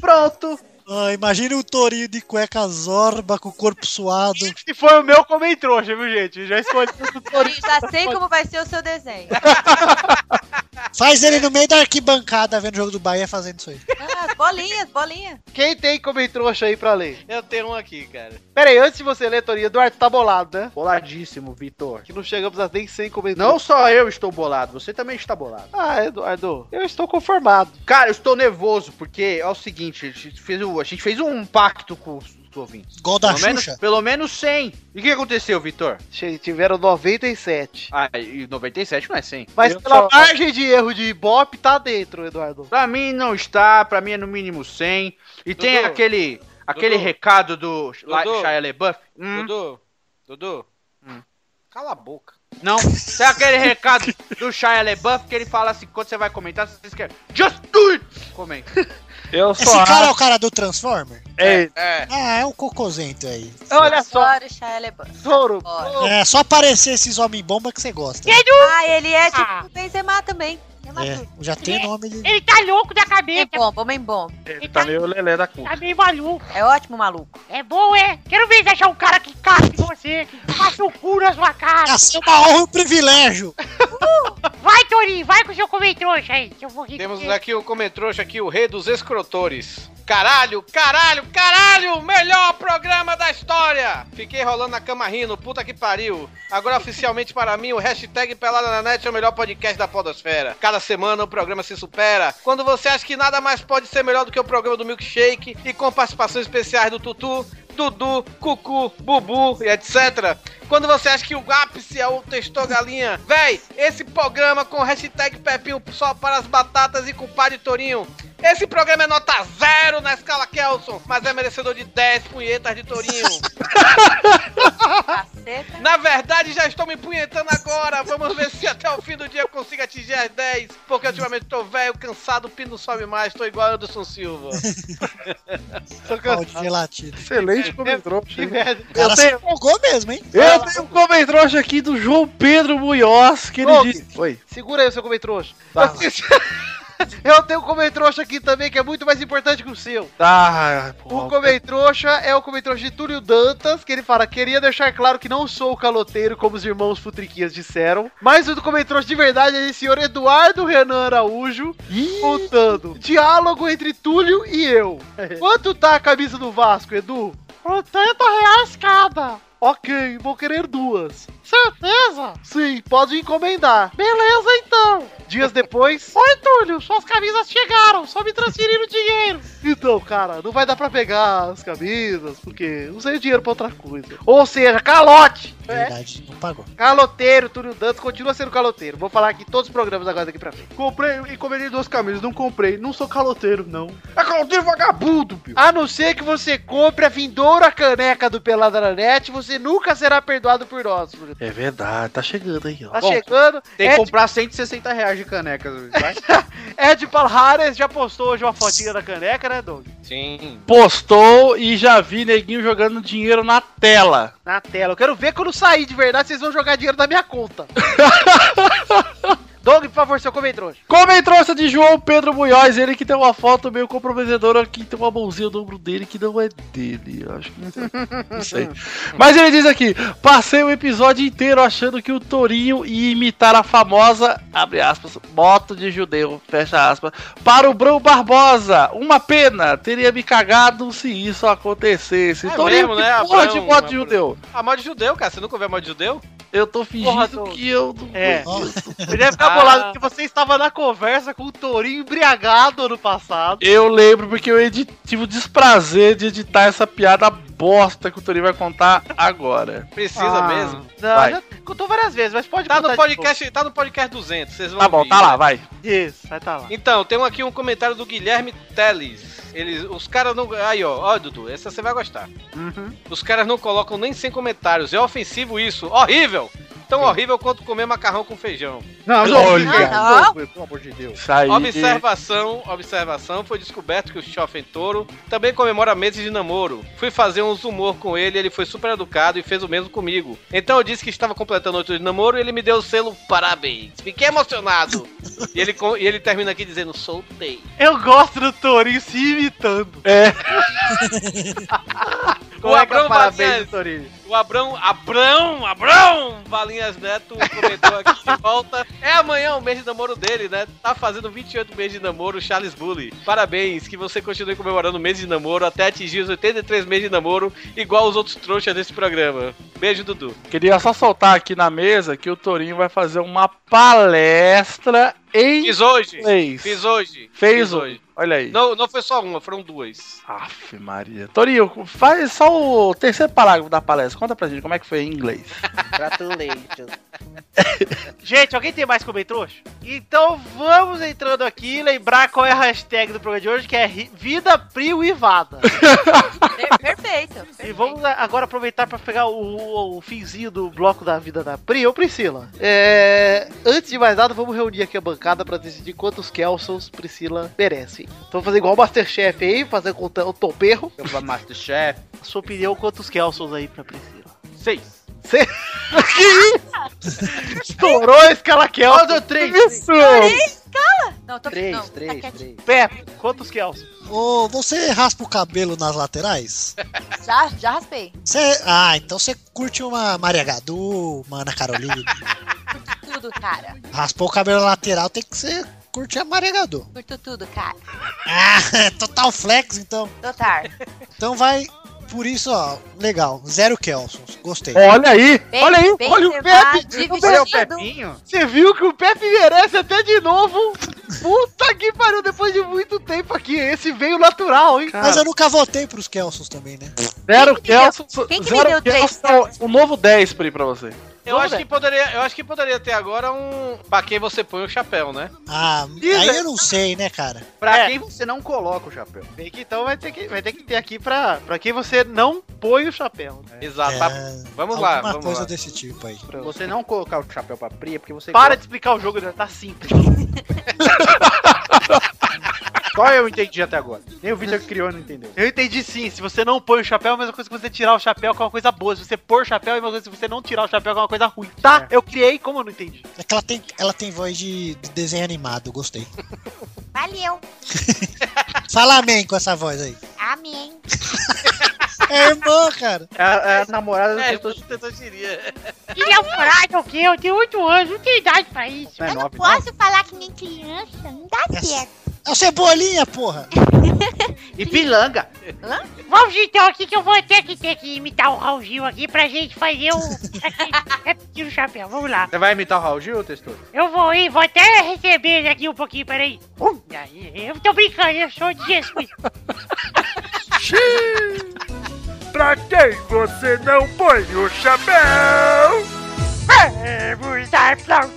[SPEAKER 1] Pronto.
[SPEAKER 4] Ah, imagina o tourinho de cueca zorba com o corpo suado.
[SPEAKER 1] Se foi o meu, comem trouxa, viu, gente? Já escolhi o Toro.
[SPEAKER 3] Torinho, já sei como vai ser o seu desenho.
[SPEAKER 4] Faz ele no meio da arquibancada vendo o jogo do Bahia fazendo isso aí.
[SPEAKER 3] Ah, bolinhas, bolinhas.
[SPEAKER 1] Quem tem comem trouxa aí pra ler?
[SPEAKER 9] Eu tenho um aqui, cara.
[SPEAKER 1] Pera aí, antes de você ler, Torinho, Eduardo tá bolado, né?
[SPEAKER 5] Boladíssimo, Vitor.
[SPEAKER 1] Que não chegamos a nem 100 comentários.
[SPEAKER 5] Não só eu estou bolado, você também está bolado.
[SPEAKER 1] Ah, Eduardo, eu estou conformado.
[SPEAKER 5] Cara, eu estou nervoso, porque é o seguinte, a gente fez, o- a gente fez um pacto com os os ouvintes.
[SPEAKER 4] Gol da
[SPEAKER 5] pelo, menos,
[SPEAKER 4] Xuxa.
[SPEAKER 5] pelo menos 100. E o que aconteceu, Vitor?
[SPEAKER 1] Che- Tiveram 97.
[SPEAKER 5] Ah, e 97 não é 100.
[SPEAKER 1] Mas
[SPEAKER 2] Eu
[SPEAKER 1] pela
[SPEAKER 2] só-
[SPEAKER 1] margem de erro de Ibope, tá dentro, Eduardo.
[SPEAKER 5] Pra mim não está, pra mim é no mínimo 100. E tem
[SPEAKER 9] Dudu,
[SPEAKER 5] aquele, aquele
[SPEAKER 9] Dudu,
[SPEAKER 5] recado do La-
[SPEAKER 9] Dudu,
[SPEAKER 5] Shia LaBeouf. Hum,
[SPEAKER 9] Dudu, Dudu, cala a boca.
[SPEAKER 5] Não, tem aquele recado do Shia LaBeouf que ele fala assim, quando você vai comentar, você escreve, Just do it! Comenta.
[SPEAKER 2] Eu só
[SPEAKER 4] Esse cara é
[SPEAKER 2] acho...
[SPEAKER 4] o cara do Transformer?
[SPEAKER 2] É,
[SPEAKER 9] É,
[SPEAKER 4] Ah, é um cocôzento aí.
[SPEAKER 1] Olha só,
[SPEAKER 3] Bora, Shia LaBeouf.
[SPEAKER 1] Toro.
[SPEAKER 3] Bora.
[SPEAKER 4] É só aparecer esses homem-bomba que você gosta. né?
[SPEAKER 3] Ah, ele é tipo o Benzema também. É.
[SPEAKER 4] É, já tem nome de.
[SPEAKER 8] Ele tá louco da
[SPEAKER 3] Homem
[SPEAKER 8] cabeça,
[SPEAKER 3] bom, homem bom.
[SPEAKER 2] ele tá meio lelé da curva.
[SPEAKER 8] tá meio maluco.
[SPEAKER 3] É ótimo, maluco.
[SPEAKER 8] É bom, é? Quero ver você achar um cara que casque você, faça um cu na sua cara.
[SPEAKER 4] Nasceu uma honra e um privilégio.
[SPEAKER 8] Vai, Torinho, vai com o seu comentrouxa aí, que é? eu vou rir.
[SPEAKER 9] temos
[SPEAKER 5] um
[SPEAKER 8] com ele.
[SPEAKER 9] aqui o comentrouxa aqui, o rei dos escrotores. Caralho, caralho, caralho! Melhor programa da história! Fiquei rolando na cama rindo, puta que pariu. Agora oficialmente para mim, o hashtag Pelada na Net é o melhor podcast da podosfera. Cada semana o programa se supera. Quando você acha que nada mais pode ser melhor do que o programa do Milkshake e com participações especiais do Tutu, Dudu, Cucu, Bubu e etc. Quando você acha que o ápice é o Testou Galinha. Véi, esse programa com hashtag Pepinho só para as batatas e com o de Torinho. Esse programa é nota zero na escala Kelson, mas é merecedor de 10 punhetas de Torinho.
[SPEAKER 3] Caceta.
[SPEAKER 9] Na verdade, já estou me punhetando agora. Vamos ver se até o fim do dia eu consigo atingir as 10. Porque ultimamente tô velho, cansado, o pino não sobe mais. Tô igual a Anderson Silva.
[SPEAKER 4] Pau de gelatina.
[SPEAKER 2] Excelente comentário.
[SPEAKER 1] Que merda.
[SPEAKER 4] O cara se empolgou mesmo, hein?
[SPEAKER 2] Eu tenho um comentário aqui do João Pedro Munhoz, que ele
[SPEAKER 1] Doug.
[SPEAKER 2] disse... Oi.
[SPEAKER 1] Segura aí o seu comentrouxa.
[SPEAKER 2] Vai
[SPEAKER 1] Eu, fiz... Eu tenho um comentrouxa aqui também, que é muito mais importante que o seu.
[SPEAKER 2] Tá,
[SPEAKER 1] O comentrouxa é o comentrouxa de Túlio Dantas, que ele fala: queria deixar claro que não sou o caloteiro, como os irmãos futriquias disseram. Mas o comentrouxa de verdade é esse senhor Eduardo Renan Araújo, contando: diálogo entre Túlio e eu. Quanto tá a camisa do Vasco, Edu?
[SPEAKER 8] 80 reais cada.
[SPEAKER 1] Ok, vou querer duas.
[SPEAKER 8] Certeza?
[SPEAKER 1] Sim, pode encomendar.
[SPEAKER 8] Beleza então.
[SPEAKER 1] Dias depois.
[SPEAKER 8] Oi, Túlio, suas camisas chegaram, só me transferiram o dinheiro.
[SPEAKER 1] Então, cara, não vai dar pra pegar as camisas, porque usei o dinheiro pra outra coisa. Ou seja, calote!
[SPEAKER 4] Verdade, não pagou.
[SPEAKER 1] Caloteiro, Túlio Dantas continua sendo caloteiro. Vou falar aqui todos os programas agora daqui pra frente.
[SPEAKER 5] Comprei, encomendei duas camisas, não comprei. Não sou caloteiro, não.
[SPEAKER 1] É caloteiro vagabundo,
[SPEAKER 5] Pio.
[SPEAKER 1] A não ser que você compre a vindoura caneca do Pelada na Net, você nunca será perdoado por nós, Túlio.
[SPEAKER 2] É verdade, tá chegando aí, ó.
[SPEAKER 1] Tá chegando.
[SPEAKER 5] Tem que
[SPEAKER 1] Ed,
[SPEAKER 5] comprar 160 reais de canecas. Vai?
[SPEAKER 1] Ed É Palhares já postou hoje uma fotinha da caneca, né, Doug?
[SPEAKER 9] Sim.
[SPEAKER 2] Postou e já vi neguinho jogando dinheiro na tela.
[SPEAKER 1] Na tela. Eu quero ver quando sair de verdade, vocês vão jogar dinheiro da minha conta. Doug, por favor, seu comentário.
[SPEAKER 2] Como em trouxa de João Pedro Munhoz, ele que tem uma foto meio comprometedora, que tem uma mãozinha no ombro dele que não é dele. eu Acho que não sei. Não sei. Mas ele diz aqui: passei o episódio inteiro achando que o Torinho ia imitar a famosa, abre aspas, moto de judeu, fecha aspas, para o Brão Barbosa. Uma pena, teria me cagado se isso acontecesse.
[SPEAKER 9] É
[SPEAKER 2] Torinho,
[SPEAKER 9] mesmo,
[SPEAKER 2] que
[SPEAKER 9] né,
[SPEAKER 2] porra de
[SPEAKER 9] Abrão,
[SPEAKER 2] moto de
[SPEAKER 9] Abrão.
[SPEAKER 2] judeu?
[SPEAKER 9] A moda de Ah, judeu, cara. Você nunca ouviu a moda de judeu?
[SPEAKER 2] Eu tô fingindo
[SPEAKER 1] Porra, Doug.
[SPEAKER 2] que eu não.
[SPEAKER 1] É.
[SPEAKER 2] conheço.
[SPEAKER 1] Ele deve ficar
[SPEAKER 9] Ah.
[SPEAKER 1] bolado porque você estava na conversa com o Tourinho embriagado ano passado.
[SPEAKER 2] Eu lembro porque eu edi- tive o desprazer de editar essa piada bosta que o Torinho vai contar agora.
[SPEAKER 9] Precisa
[SPEAKER 1] Ah.
[SPEAKER 9] mesmo.
[SPEAKER 1] Não,
[SPEAKER 2] Vai.
[SPEAKER 1] já contou várias vezes, mas pode
[SPEAKER 9] Tá
[SPEAKER 1] contar
[SPEAKER 9] no
[SPEAKER 1] de
[SPEAKER 9] podcast, tá no podcast 200, vocês vão
[SPEAKER 2] Tá bom,
[SPEAKER 9] ouvir,
[SPEAKER 2] tá lá,
[SPEAKER 9] né?
[SPEAKER 2] vai.
[SPEAKER 1] novo. Isso, vai tá lá.
[SPEAKER 9] Então, tem um aqui um comentário do Guilherme Teles. Eles, os caras não. Aí, ó, ó, Dudu, essa você vai gostar.
[SPEAKER 5] Uhum.
[SPEAKER 9] Os caras não colocam nem 100 comentários. É ofensivo isso. Horrível! Tão horrível quanto comer macarrão com feijão.
[SPEAKER 5] Não,
[SPEAKER 2] Olha.
[SPEAKER 3] Ah, não.
[SPEAKER 5] pelo amor de Deus.
[SPEAKER 2] Isso aí.
[SPEAKER 9] Observação, observação, foi descoberto que o Chofen Toro também comemora meses de namoro. Fui fazer uns humor com ele, ele foi super educado e fez o mesmo comigo. Então eu disse que estava completando oito anos de namoro e ele me deu o selo parabéns. Fiquei emocionado. e, ele, co- e ele termina aqui dizendo, soltei.
[SPEAKER 1] Eu gosto do Tourinho se imitando.
[SPEAKER 2] É.
[SPEAKER 9] O Abrão,
[SPEAKER 1] parabéns,
[SPEAKER 9] Valinhas,
[SPEAKER 1] Tourinho.
[SPEAKER 9] o Abrão, Abrão, Abrão Valinhas Neto comentou aqui de volta. É amanhã o mês de namoro dele, né? Tá fazendo 28 meses de namoro, Charles Bully. Parabéns, que você continue comemorando o mês de namoro até atingir os 83 meses de namoro, igual os outros trouxas desse programa. Beijo, Dudu.
[SPEAKER 2] Queria só soltar aqui na mesa que o Torinho vai fazer uma palestra em
[SPEAKER 9] Fiz hoje,
[SPEAKER 2] inglês.
[SPEAKER 9] fiz hoje.
[SPEAKER 2] Fez hoje. Olha aí.
[SPEAKER 9] Não, não foi só uma, foram duas.
[SPEAKER 2] Aff, Maria. Torinho, faz só o terceiro parágrafo da palestra. Conta pra gente como é que foi em inglês.
[SPEAKER 1] Gente, alguém tem mais comentrouxa? Então vamos entrando aqui e lembrar qual é a hashtag do programa de hoje, que é ri- Vida Privada.
[SPEAKER 3] Per- né? Perfeito.
[SPEAKER 1] E
[SPEAKER 3] perfeito.
[SPEAKER 1] vamos a- agora aproveitar para pegar o, o- o finzinho do bloco da vida da Pri. Ô, Priscila, é, antes de mais nada, vamos reunir aqui a bancada para decidir quantos Kelsons Priscila merece. Então vamos fazer igual o Masterchef aí, fazer com o t- o toperro.
[SPEAKER 5] Eu vou Masterchef.
[SPEAKER 1] A sua opinião, quantos Kelsons aí pra Priscila?
[SPEAKER 5] Seis.
[SPEAKER 1] Estourou a escala Kelson.
[SPEAKER 5] Todos três.
[SPEAKER 2] Isso!
[SPEAKER 3] Não, tô
[SPEAKER 5] Três,
[SPEAKER 3] não.
[SPEAKER 5] três,
[SPEAKER 3] tá
[SPEAKER 5] três.
[SPEAKER 1] Pepe, quantos Kelsons?
[SPEAKER 4] Ô, você raspa o cabelo nas laterais?
[SPEAKER 3] quietinho. Já, já raspei.
[SPEAKER 4] Você- ah, então você curte uma Maria Gadu, uma Ana Carolina.
[SPEAKER 3] Curto tudo, cara.
[SPEAKER 4] Raspou o cabelo na lateral, tem que ser curtir a Maria Gadu.
[SPEAKER 3] Curto tudo, cara.
[SPEAKER 4] Ah, total flex, então.
[SPEAKER 3] Dotar.
[SPEAKER 4] Então vai, por isso, ó, legal. Zero Kelsons, gostei.
[SPEAKER 2] Olha aí!
[SPEAKER 3] Bem-
[SPEAKER 2] olha aí!
[SPEAKER 3] bem
[SPEAKER 2] olha o
[SPEAKER 3] observado,
[SPEAKER 2] Pepe!
[SPEAKER 5] Olha o
[SPEAKER 3] dividido.
[SPEAKER 5] Pepinho.
[SPEAKER 1] Você viu que o Pepe merece até de novo. Puta que pariu, depois de muito tempo aqui. Esse veio natural, hein?
[SPEAKER 4] Mas eu nunca votei pros Kelsons também, né?
[SPEAKER 2] Zero
[SPEAKER 3] Quem que me deu-
[SPEAKER 2] Kelson.
[SPEAKER 3] quem que me
[SPEAKER 2] zero
[SPEAKER 3] deu três
[SPEAKER 2] Kelson, O novo 10 pra ir pra você.
[SPEAKER 9] Eu
[SPEAKER 1] Vamos
[SPEAKER 9] acho,
[SPEAKER 4] né?
[SPEAKER 1] ver.
[SPEAKER 9] que poderia, eu acho que poderia ter agora um. Pra quem você põe o chapéu, né?
[SPEAKER 4] Ah, aí eu não sei, né, cara?
[SPEAKER 5] Pra
[SPEAKER 1] É.
[SPEAKER 5] quem você não coloca o chapéu?
[SPEAKER 1] Tem que, então vai ter que, vai ter que ter aqui pra, pra quem você não põe o chapéu. né?
[SPEAKER 9] Exato.
[SPEAKER 5] Ah,
[SPEAKER 4] É,
[SPEAKER 9] tá- Vamos lá,
[SPEAKER 4] alguma
[SPEAKER 9] vamos
[SPEAKER 4] coisa
[SPEAKER 9] lá.
[SPEAKER 4] desse tipo aí.
[SPEAKER 5] Você não colocar o chapéu pra Pri é porque você.
[SPEAKER 1] Para de explicar o jogo, já tá simples.
[SPEAKER 5] coloca. Só eu entendi até agora. Nem o Victor que criou não entendeu.
[SPEAKER 1] Eu entendi sim, se você não põe o chapéu, é a mesma coisa que você tirar o chapéu, que é uma coisa boa. Se você pôr o chapéu, é a mesma coisa que você não tirar o chapéu, que é uma coisa ruim. Tá? Eu criei, como eu não entendi?
[SPEAKER 4] É que ela tem, ela tem voz de, de desenho animado, gostei.
[SPEAKER 8] Vai
[SPEAKER 11] Valeu.
[SPEAKER 4] Fala amém com essa voz aí.
[SPEAKER 11] Amém.
[SPEAKER 4] É irmã, cara.
[SPEAKER 2] É a, é a namorada do
[SPEAKER 9] É,
[SPEAKER 2] Testosterone.
[SPEAKER 8] Ele é um fraco o quê? Eu tenho 8 anos, não tenho idade pra isso.
[SPEAKER 11] Eu não posso falar que nem criança. Não dá certo.
[SPEAKER 4] É o Cebolinha, porra.
[SPEAKER 9] E pilanga.
[SPEAKER 8] Vamos então aqui que eu vou ter que ter que imitar o Raul Gil aqui pra gente fazer o. Repetir o chapéu, vamos lá.
[SPEAKER 5] Você vai imitar o Raul Gil, Testoso?
[SPEAKER 8] Eu vou ir, vou até receber ele aqui um pouquinho, peraí. Olha, Eu tô brincando, eu sou de Jesus.
[SPEAKER 6] Pra quem você não põe o chapéu?
[SPEAKER 8] Vamos aplaudir!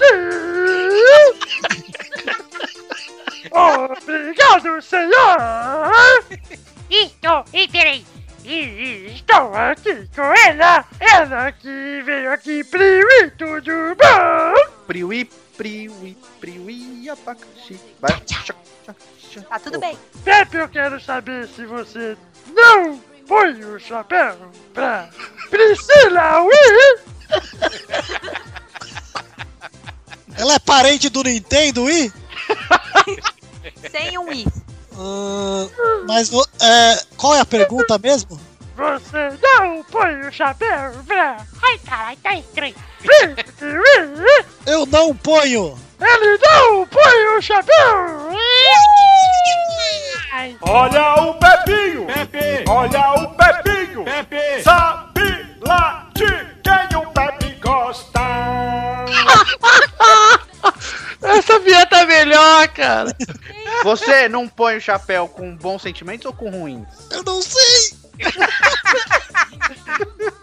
[SPEAKER 8] Obrigado, senhor! Estou, e peraí. E estou aqui com ela, ela que veio aqui, Priui, tudo bom?
[SPEAKER 5] Priui, priui, priui, abacaxi. Vai.
[SPEAKER 11] Tá tudo bem.
[SPEAKER 8] Pepe, é eu quero saber se você não põe o chapéu pra Priscila Wii!
[SPEAKER 4] Ela é parente do Nintendo Wii?
[SPEAKER 3] Sem um i.
[SPEAKER 4] Ah, mas vo- é, qual é a pergunta mesmo?
[SPEAKER 8] Você não põe o chapéu pra... Ai, caralho, tá estranho. Priscila
[SPEAKER 4] Eu não ponho.
[SPEAKER 8] Ele não põe o chapéu!
[SPEAKER 6] Olha o Pepinho! Olha o Pepinho! Sabe lá de quem o Pepe gosta!
[SPEAKER 2] Essa vinheta é melhor, cara.
[SPEAKER 5] Você não põe o chapéu com bons sentimentos ou com ruins?
[SPEAKER 4] Eu não sei.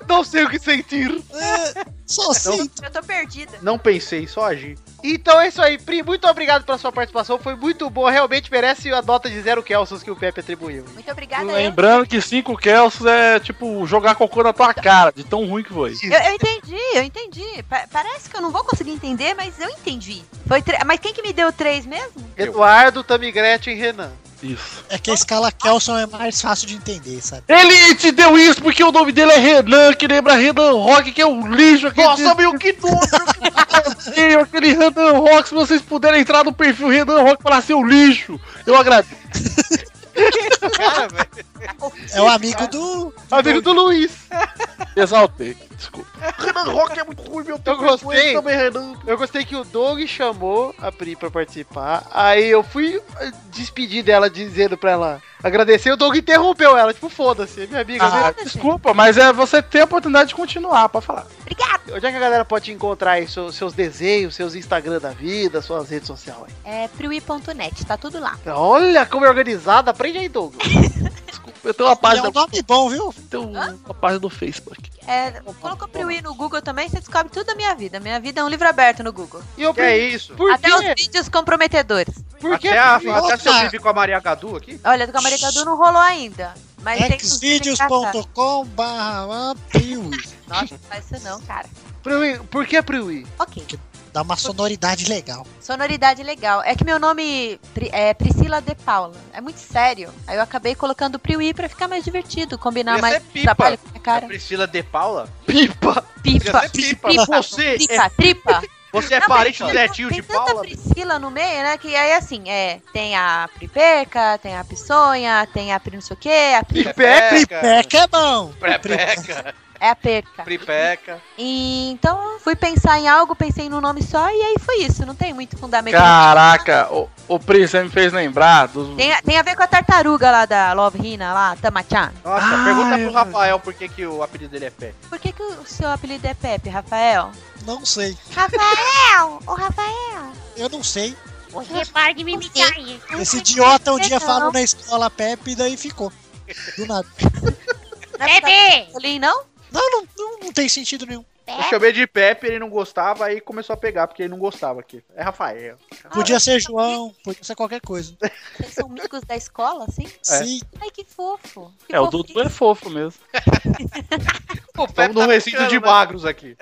[SPEAKER 1] Não sei o que sentir.
[SPEAKER 4] É, só
[SPEAKER 9] Então,
[SPEAKER 4] sinto.
[SPEAKER 3] Eu tô perdida.
[SPEAKER 5] Não pensei, só agi.
[SPEAKER 1] Então é isso aí, Pri. Muito obrigado pela sua participação. Foi muito boa. Realmente merece a nota de zero Kelsons que o Pepe atribuiu.
[SPEAKER 3] Muito obrigada. Eu,
[SPEAKER 2] Lembrando que 5 Kelsos é tipo jogar cocô na tua cara, de tão ruim que foi.
[SPEAKER 3] eu, eu entendi, eu entendi. Pa- parece que eu não vou conseguir entender, mas eu entendi. Foi tre- Mas quem que me deu três mesmo?
[SPEAKER 1] Eduardo, Tamigrete e Renan.
[SPEAKER 2] Isso.
[SPEAKER 4] É que a escala Kelson é mais fácil de entender, sabe?
[SPEAKER 2] Ele te deu isso porque o nome dele é Renan, que lembra Renan Rock, que é um lixo. Aquele
[SPEAKER 1] Nossa, meu, que nojo!
[SPEAKER 2] Ei, aquele Renan Rock, se vocês puderem entrar no perfil Renan Rock para ser um lixo, eu agradeço.
[SPEAKER 4] É o amigo do.
[SPEAKER 1] Amigo do Luiz.
[SPEAKER 2] Exaltei, desculpa.
[SPEAKER 5] Renan Rock é muito ruim, meu
[SPEAKER 1] Eu gostei. Eu gostei que o Doug chamou a Pri pra participar. Aí eu fui eh, despedir dela dizendo pra ela agradecer. O Doug interrompeu ela. Tipo, foda-se, é minha amiga.
[SPEAKER 2] Ah,
[SPEAKER 1] né?
[SPEAKER 2] desculpa, mas é você tem a oportunidade de continuar pra falar.
[SPEAKER 11] Obrigado.
[SPEAKER 1] Onde é que a galera pode te encontrar aí? seu- Seus, desenhos, seus Instagram da vida, suas redes sociais. aí?
[SPEAKER 3] É priwi.net, tá tudo lá.
[SPEAKER 1] Então, Olha como é organizado. Aprende aí, Doug.
[SPEAKER 2] Eu tenho uma
[SPEAKER 4] É
[SPEAKER 2] página,
[SPEAKER 4] um nome bom, viu?
[SPEAKER 2] tenho uma página no Facebook.
[SPEAKER 3] É, colocou Priwi no Google também, você descobre tudo da minha vida. Minha vida é um livro aberto no Google.
[SPEAKER 1] E eu
[SPEAKER 5] Que é isso?
[SPEAKER 1] Por
[SPEAKER 3] Até
[SPEAKER 1] quê?
[SPEAKER 3] os vídeos comprometedores.
[SPEAKER 1] Por quê?
[SPEAKER 5] até a,
[SPEAKER 1] Pri?
[SPEAKER 5] até se eu
[SPEAKER 4] Opa.
[SPEAKER 5] vivi com a Maria Gadu aqui?
[SPEAKER 3] Olha, do Camaricadu não rolou ainda. Mas
[SPEAKER 1] É
[SPEAKER 3] tem uns vídeos engraçados.
[SPEAKER 4] Xvideos.com barra ah,
[SPEAKER 3] Nossa, não faz isso não, cara.
[SPEAKER 1] Priwi, por que Priwi?
[SPEAKER 3] Ok.
[SPEAKER 4] Dá uma sonoridade legal.
[SPEAKER 3] Sonoridade legal. É que meu nome Pri- é Priscila De Paula. É muito sério. Aí eu acabei colocando Priwi pra ficar mais divertido, combinar
[SPEAKER 9] Podia
[SPEAKER 3] mais
[SPEAKER 9] ser pipa.
[SPEAKER 3] trabalho com a minha
[SPEAKER 5] A
[SPEAKER 3] cara.
[SPEAKER 5] É Priscila De Paula?
[SPEAKER 1] Pipa!
[SPEAKER 3] Pipa.
[SPEAKER 5] Podia ser pipa.
[SPEAKER 3] Pipa,
[SPEAKER 5] Você
[SPEAKER 3] tripa, tripa.
[SPEAKER 5] Você é
[SPEAKER 3] Não,
[SPEAKER 5] parente
[SPEAKER 3] mas
[SPEAKER 5] do
[SPEAKER 3] tem-
[SPEAKER 5] netinho
[SPEAKER 3] tem
[SPEAKER 5] de
[SPEAKER 3] tanta
[SPEAKER 5] Paula?
[SPEAKER 3] Priscila no meio, né? Que aí assim, é, tem a Pripeca, tem a Pisonha, tem a Pri não sei o quê, a
[SPEAKER 5] É.
[SPEAKER 3] Pri,
[SPEAKER 5] Pripeca.
[SPEAKER 4] Peca é bom.
[SPEAKER 5] Prepeca.
[SPEAKER 3] é a Perca.
[SPEAKER 5] Pripeca.
[SPEAKER 3] E, então eu fui pensar em algo, pensei num nome só e aí foi isso. Não tem muito fundamento.
[SPEAKER 2] Caraca, o, o Pri, você me fez lembrar dos.
[SPEAKER 3] Tem, a- tem a ver com a tartaruga lá da Love Hina, lá, Tamachan.
[SPEAKER 5] Nossa,
[SPEAKER 2] Ah,
[SPEAKER 5] pergunta
[SPEAKER 2] é
[SPEAKER 5] pro Rafael por que, que o apelido dele é pé.
[SPEAKER 3] Por que, que o seu apelido é Pepe, Rafael?
[SPEAKER 4] Não sei.
[SPEAKER 11] Rafael. Ô, Rafael.
[SPEAKER 4] Eu não sei.
[SPEAKER 8] Você para de me imitar aí.
[SPEAKER 4] Esse idiota um
[SPEAKER 11] sei
[SPEAKER 4] dia
[SPEAKER 11] não.
[SPEAKER 4] falou na escola Pepe e daí ficou. Do nada.
[SPEAKER 3] Não é
[SPEAKER 8] Pepe!
[SPEAKER 3] Pepe, não?
[SPEAKER 4] Não, não, não, não tem sentido nenhum.
[SPEAKER 5] Eu chamei de Pepe, ele não gostava, aí começou a pegar, porque ele não gostava aqui. É Rafael.
[SPEAKER 4] Podia ser João, podia ser qualquer coisa.
[SPEAKER 3] Ah, Vocês são amigos da escola, assim?
[SPEAKER 4] Sim,
[SPEAKER 3] Ai, que fofo. Que
[SPEAKER 2] É, o
[SPEAKER 3] fofinho.
[SPEAKER 2] Dudu é fofo mesmo.
[SPEAKER 5] Estamos num recinto de magros aqui.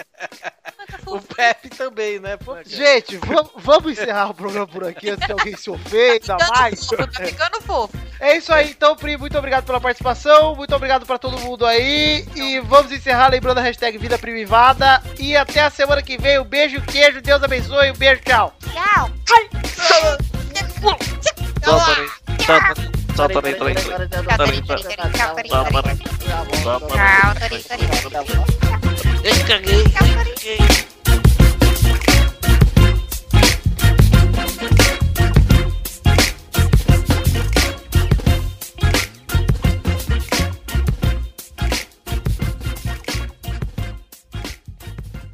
[SPEAKER 9] O Pepe também, né? Pô, cara.
[SPEAKER 1] Gente, vamos, vamos encerrar o programa por aqui antes que alguém se ofenda
[SPEAKER 3] Ficando
[SPEAKER 1] mais.
[SPEAKER 3] fofo, tá ficando fofo.
[SPEAKER 1] É isso aí, então, Pri, muito obrigado pela participação, muito obrigado pra todo mundo aí. E vamos encerrar lembrando a hashtag Vida Privada. E até a semana que vem. Um beijo, queijo, Deus abençoe, um beijo, tchau.
[SPEAKER 11] Tchau.
[SPEAKER 8] Ai,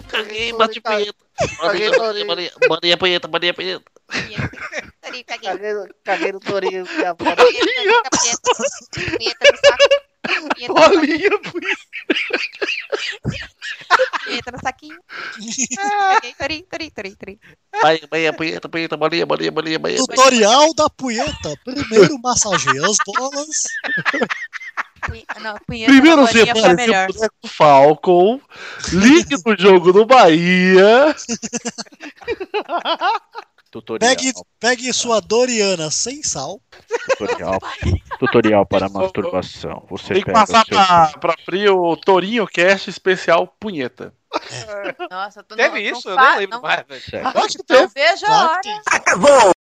[SPEAKER 6] Caguei, bate punheta. Maria, Maria, Maria, Maria punheta, Maria punheta.
[SPEAKER 12] Caguei no- Caguei no tourinho. minha porra.
[SPEAKER 8] Bolinha,
[SPEAKER 3] Punheta no saquinho. Caguei, torinho, torinho, torinho, torinho.
[SPEAKER 6] Maria, Maria, punheta, punheta, Maria, Maria, Maria, Maria.
[SPEAKER 4] Tutorial da punheta. Primeiro massageia as bolas.
[SPEAKER 3] Punhe- Não, punheta
[SPEAKER 2] Primeiro
[SPEAKER 3] no
[SPEAKER 2] você
[SPEAKER 3] bolinha foi a
[SPEAKER 2] apareceu
[SPEAKER 3] melhor.
[SPEAKER 2] boneco Falcon, ligue no jogo do Bahia.
[SPEAKER 9] Tutorial.
[SPEAKER 4] Pegue, pegue sua Doriana sem sal.
[SPEAKER 5] Tutorial, tutorial para masturbação. Você
[SPEAKER 2] Tem que
[SPEAKER 5] pega o
[SPEAKER 2] passar pra,
[SPEAKER 5] seu-
[SPEAKER 2] pra Pri o Torinho Cast especial punheta.
[SPEAKER 3] Nossa, eu tô
[SPEAKER 9] Teve
[SPEAKER 3] não-
[SPEAKER 9] isso?
[SPEAKER 3] não
[SPEAKER 9] Eu nem
[SPEAKER 5] né?
[SPEAKER 3] fa-
[SPEAKER 9] lembro
[SPEAKER 3] não-
[SPEAKER 9] mais, velho.
[SPEAKER 3] Não vejo a hora.
[SPEAKER 2] Acabou!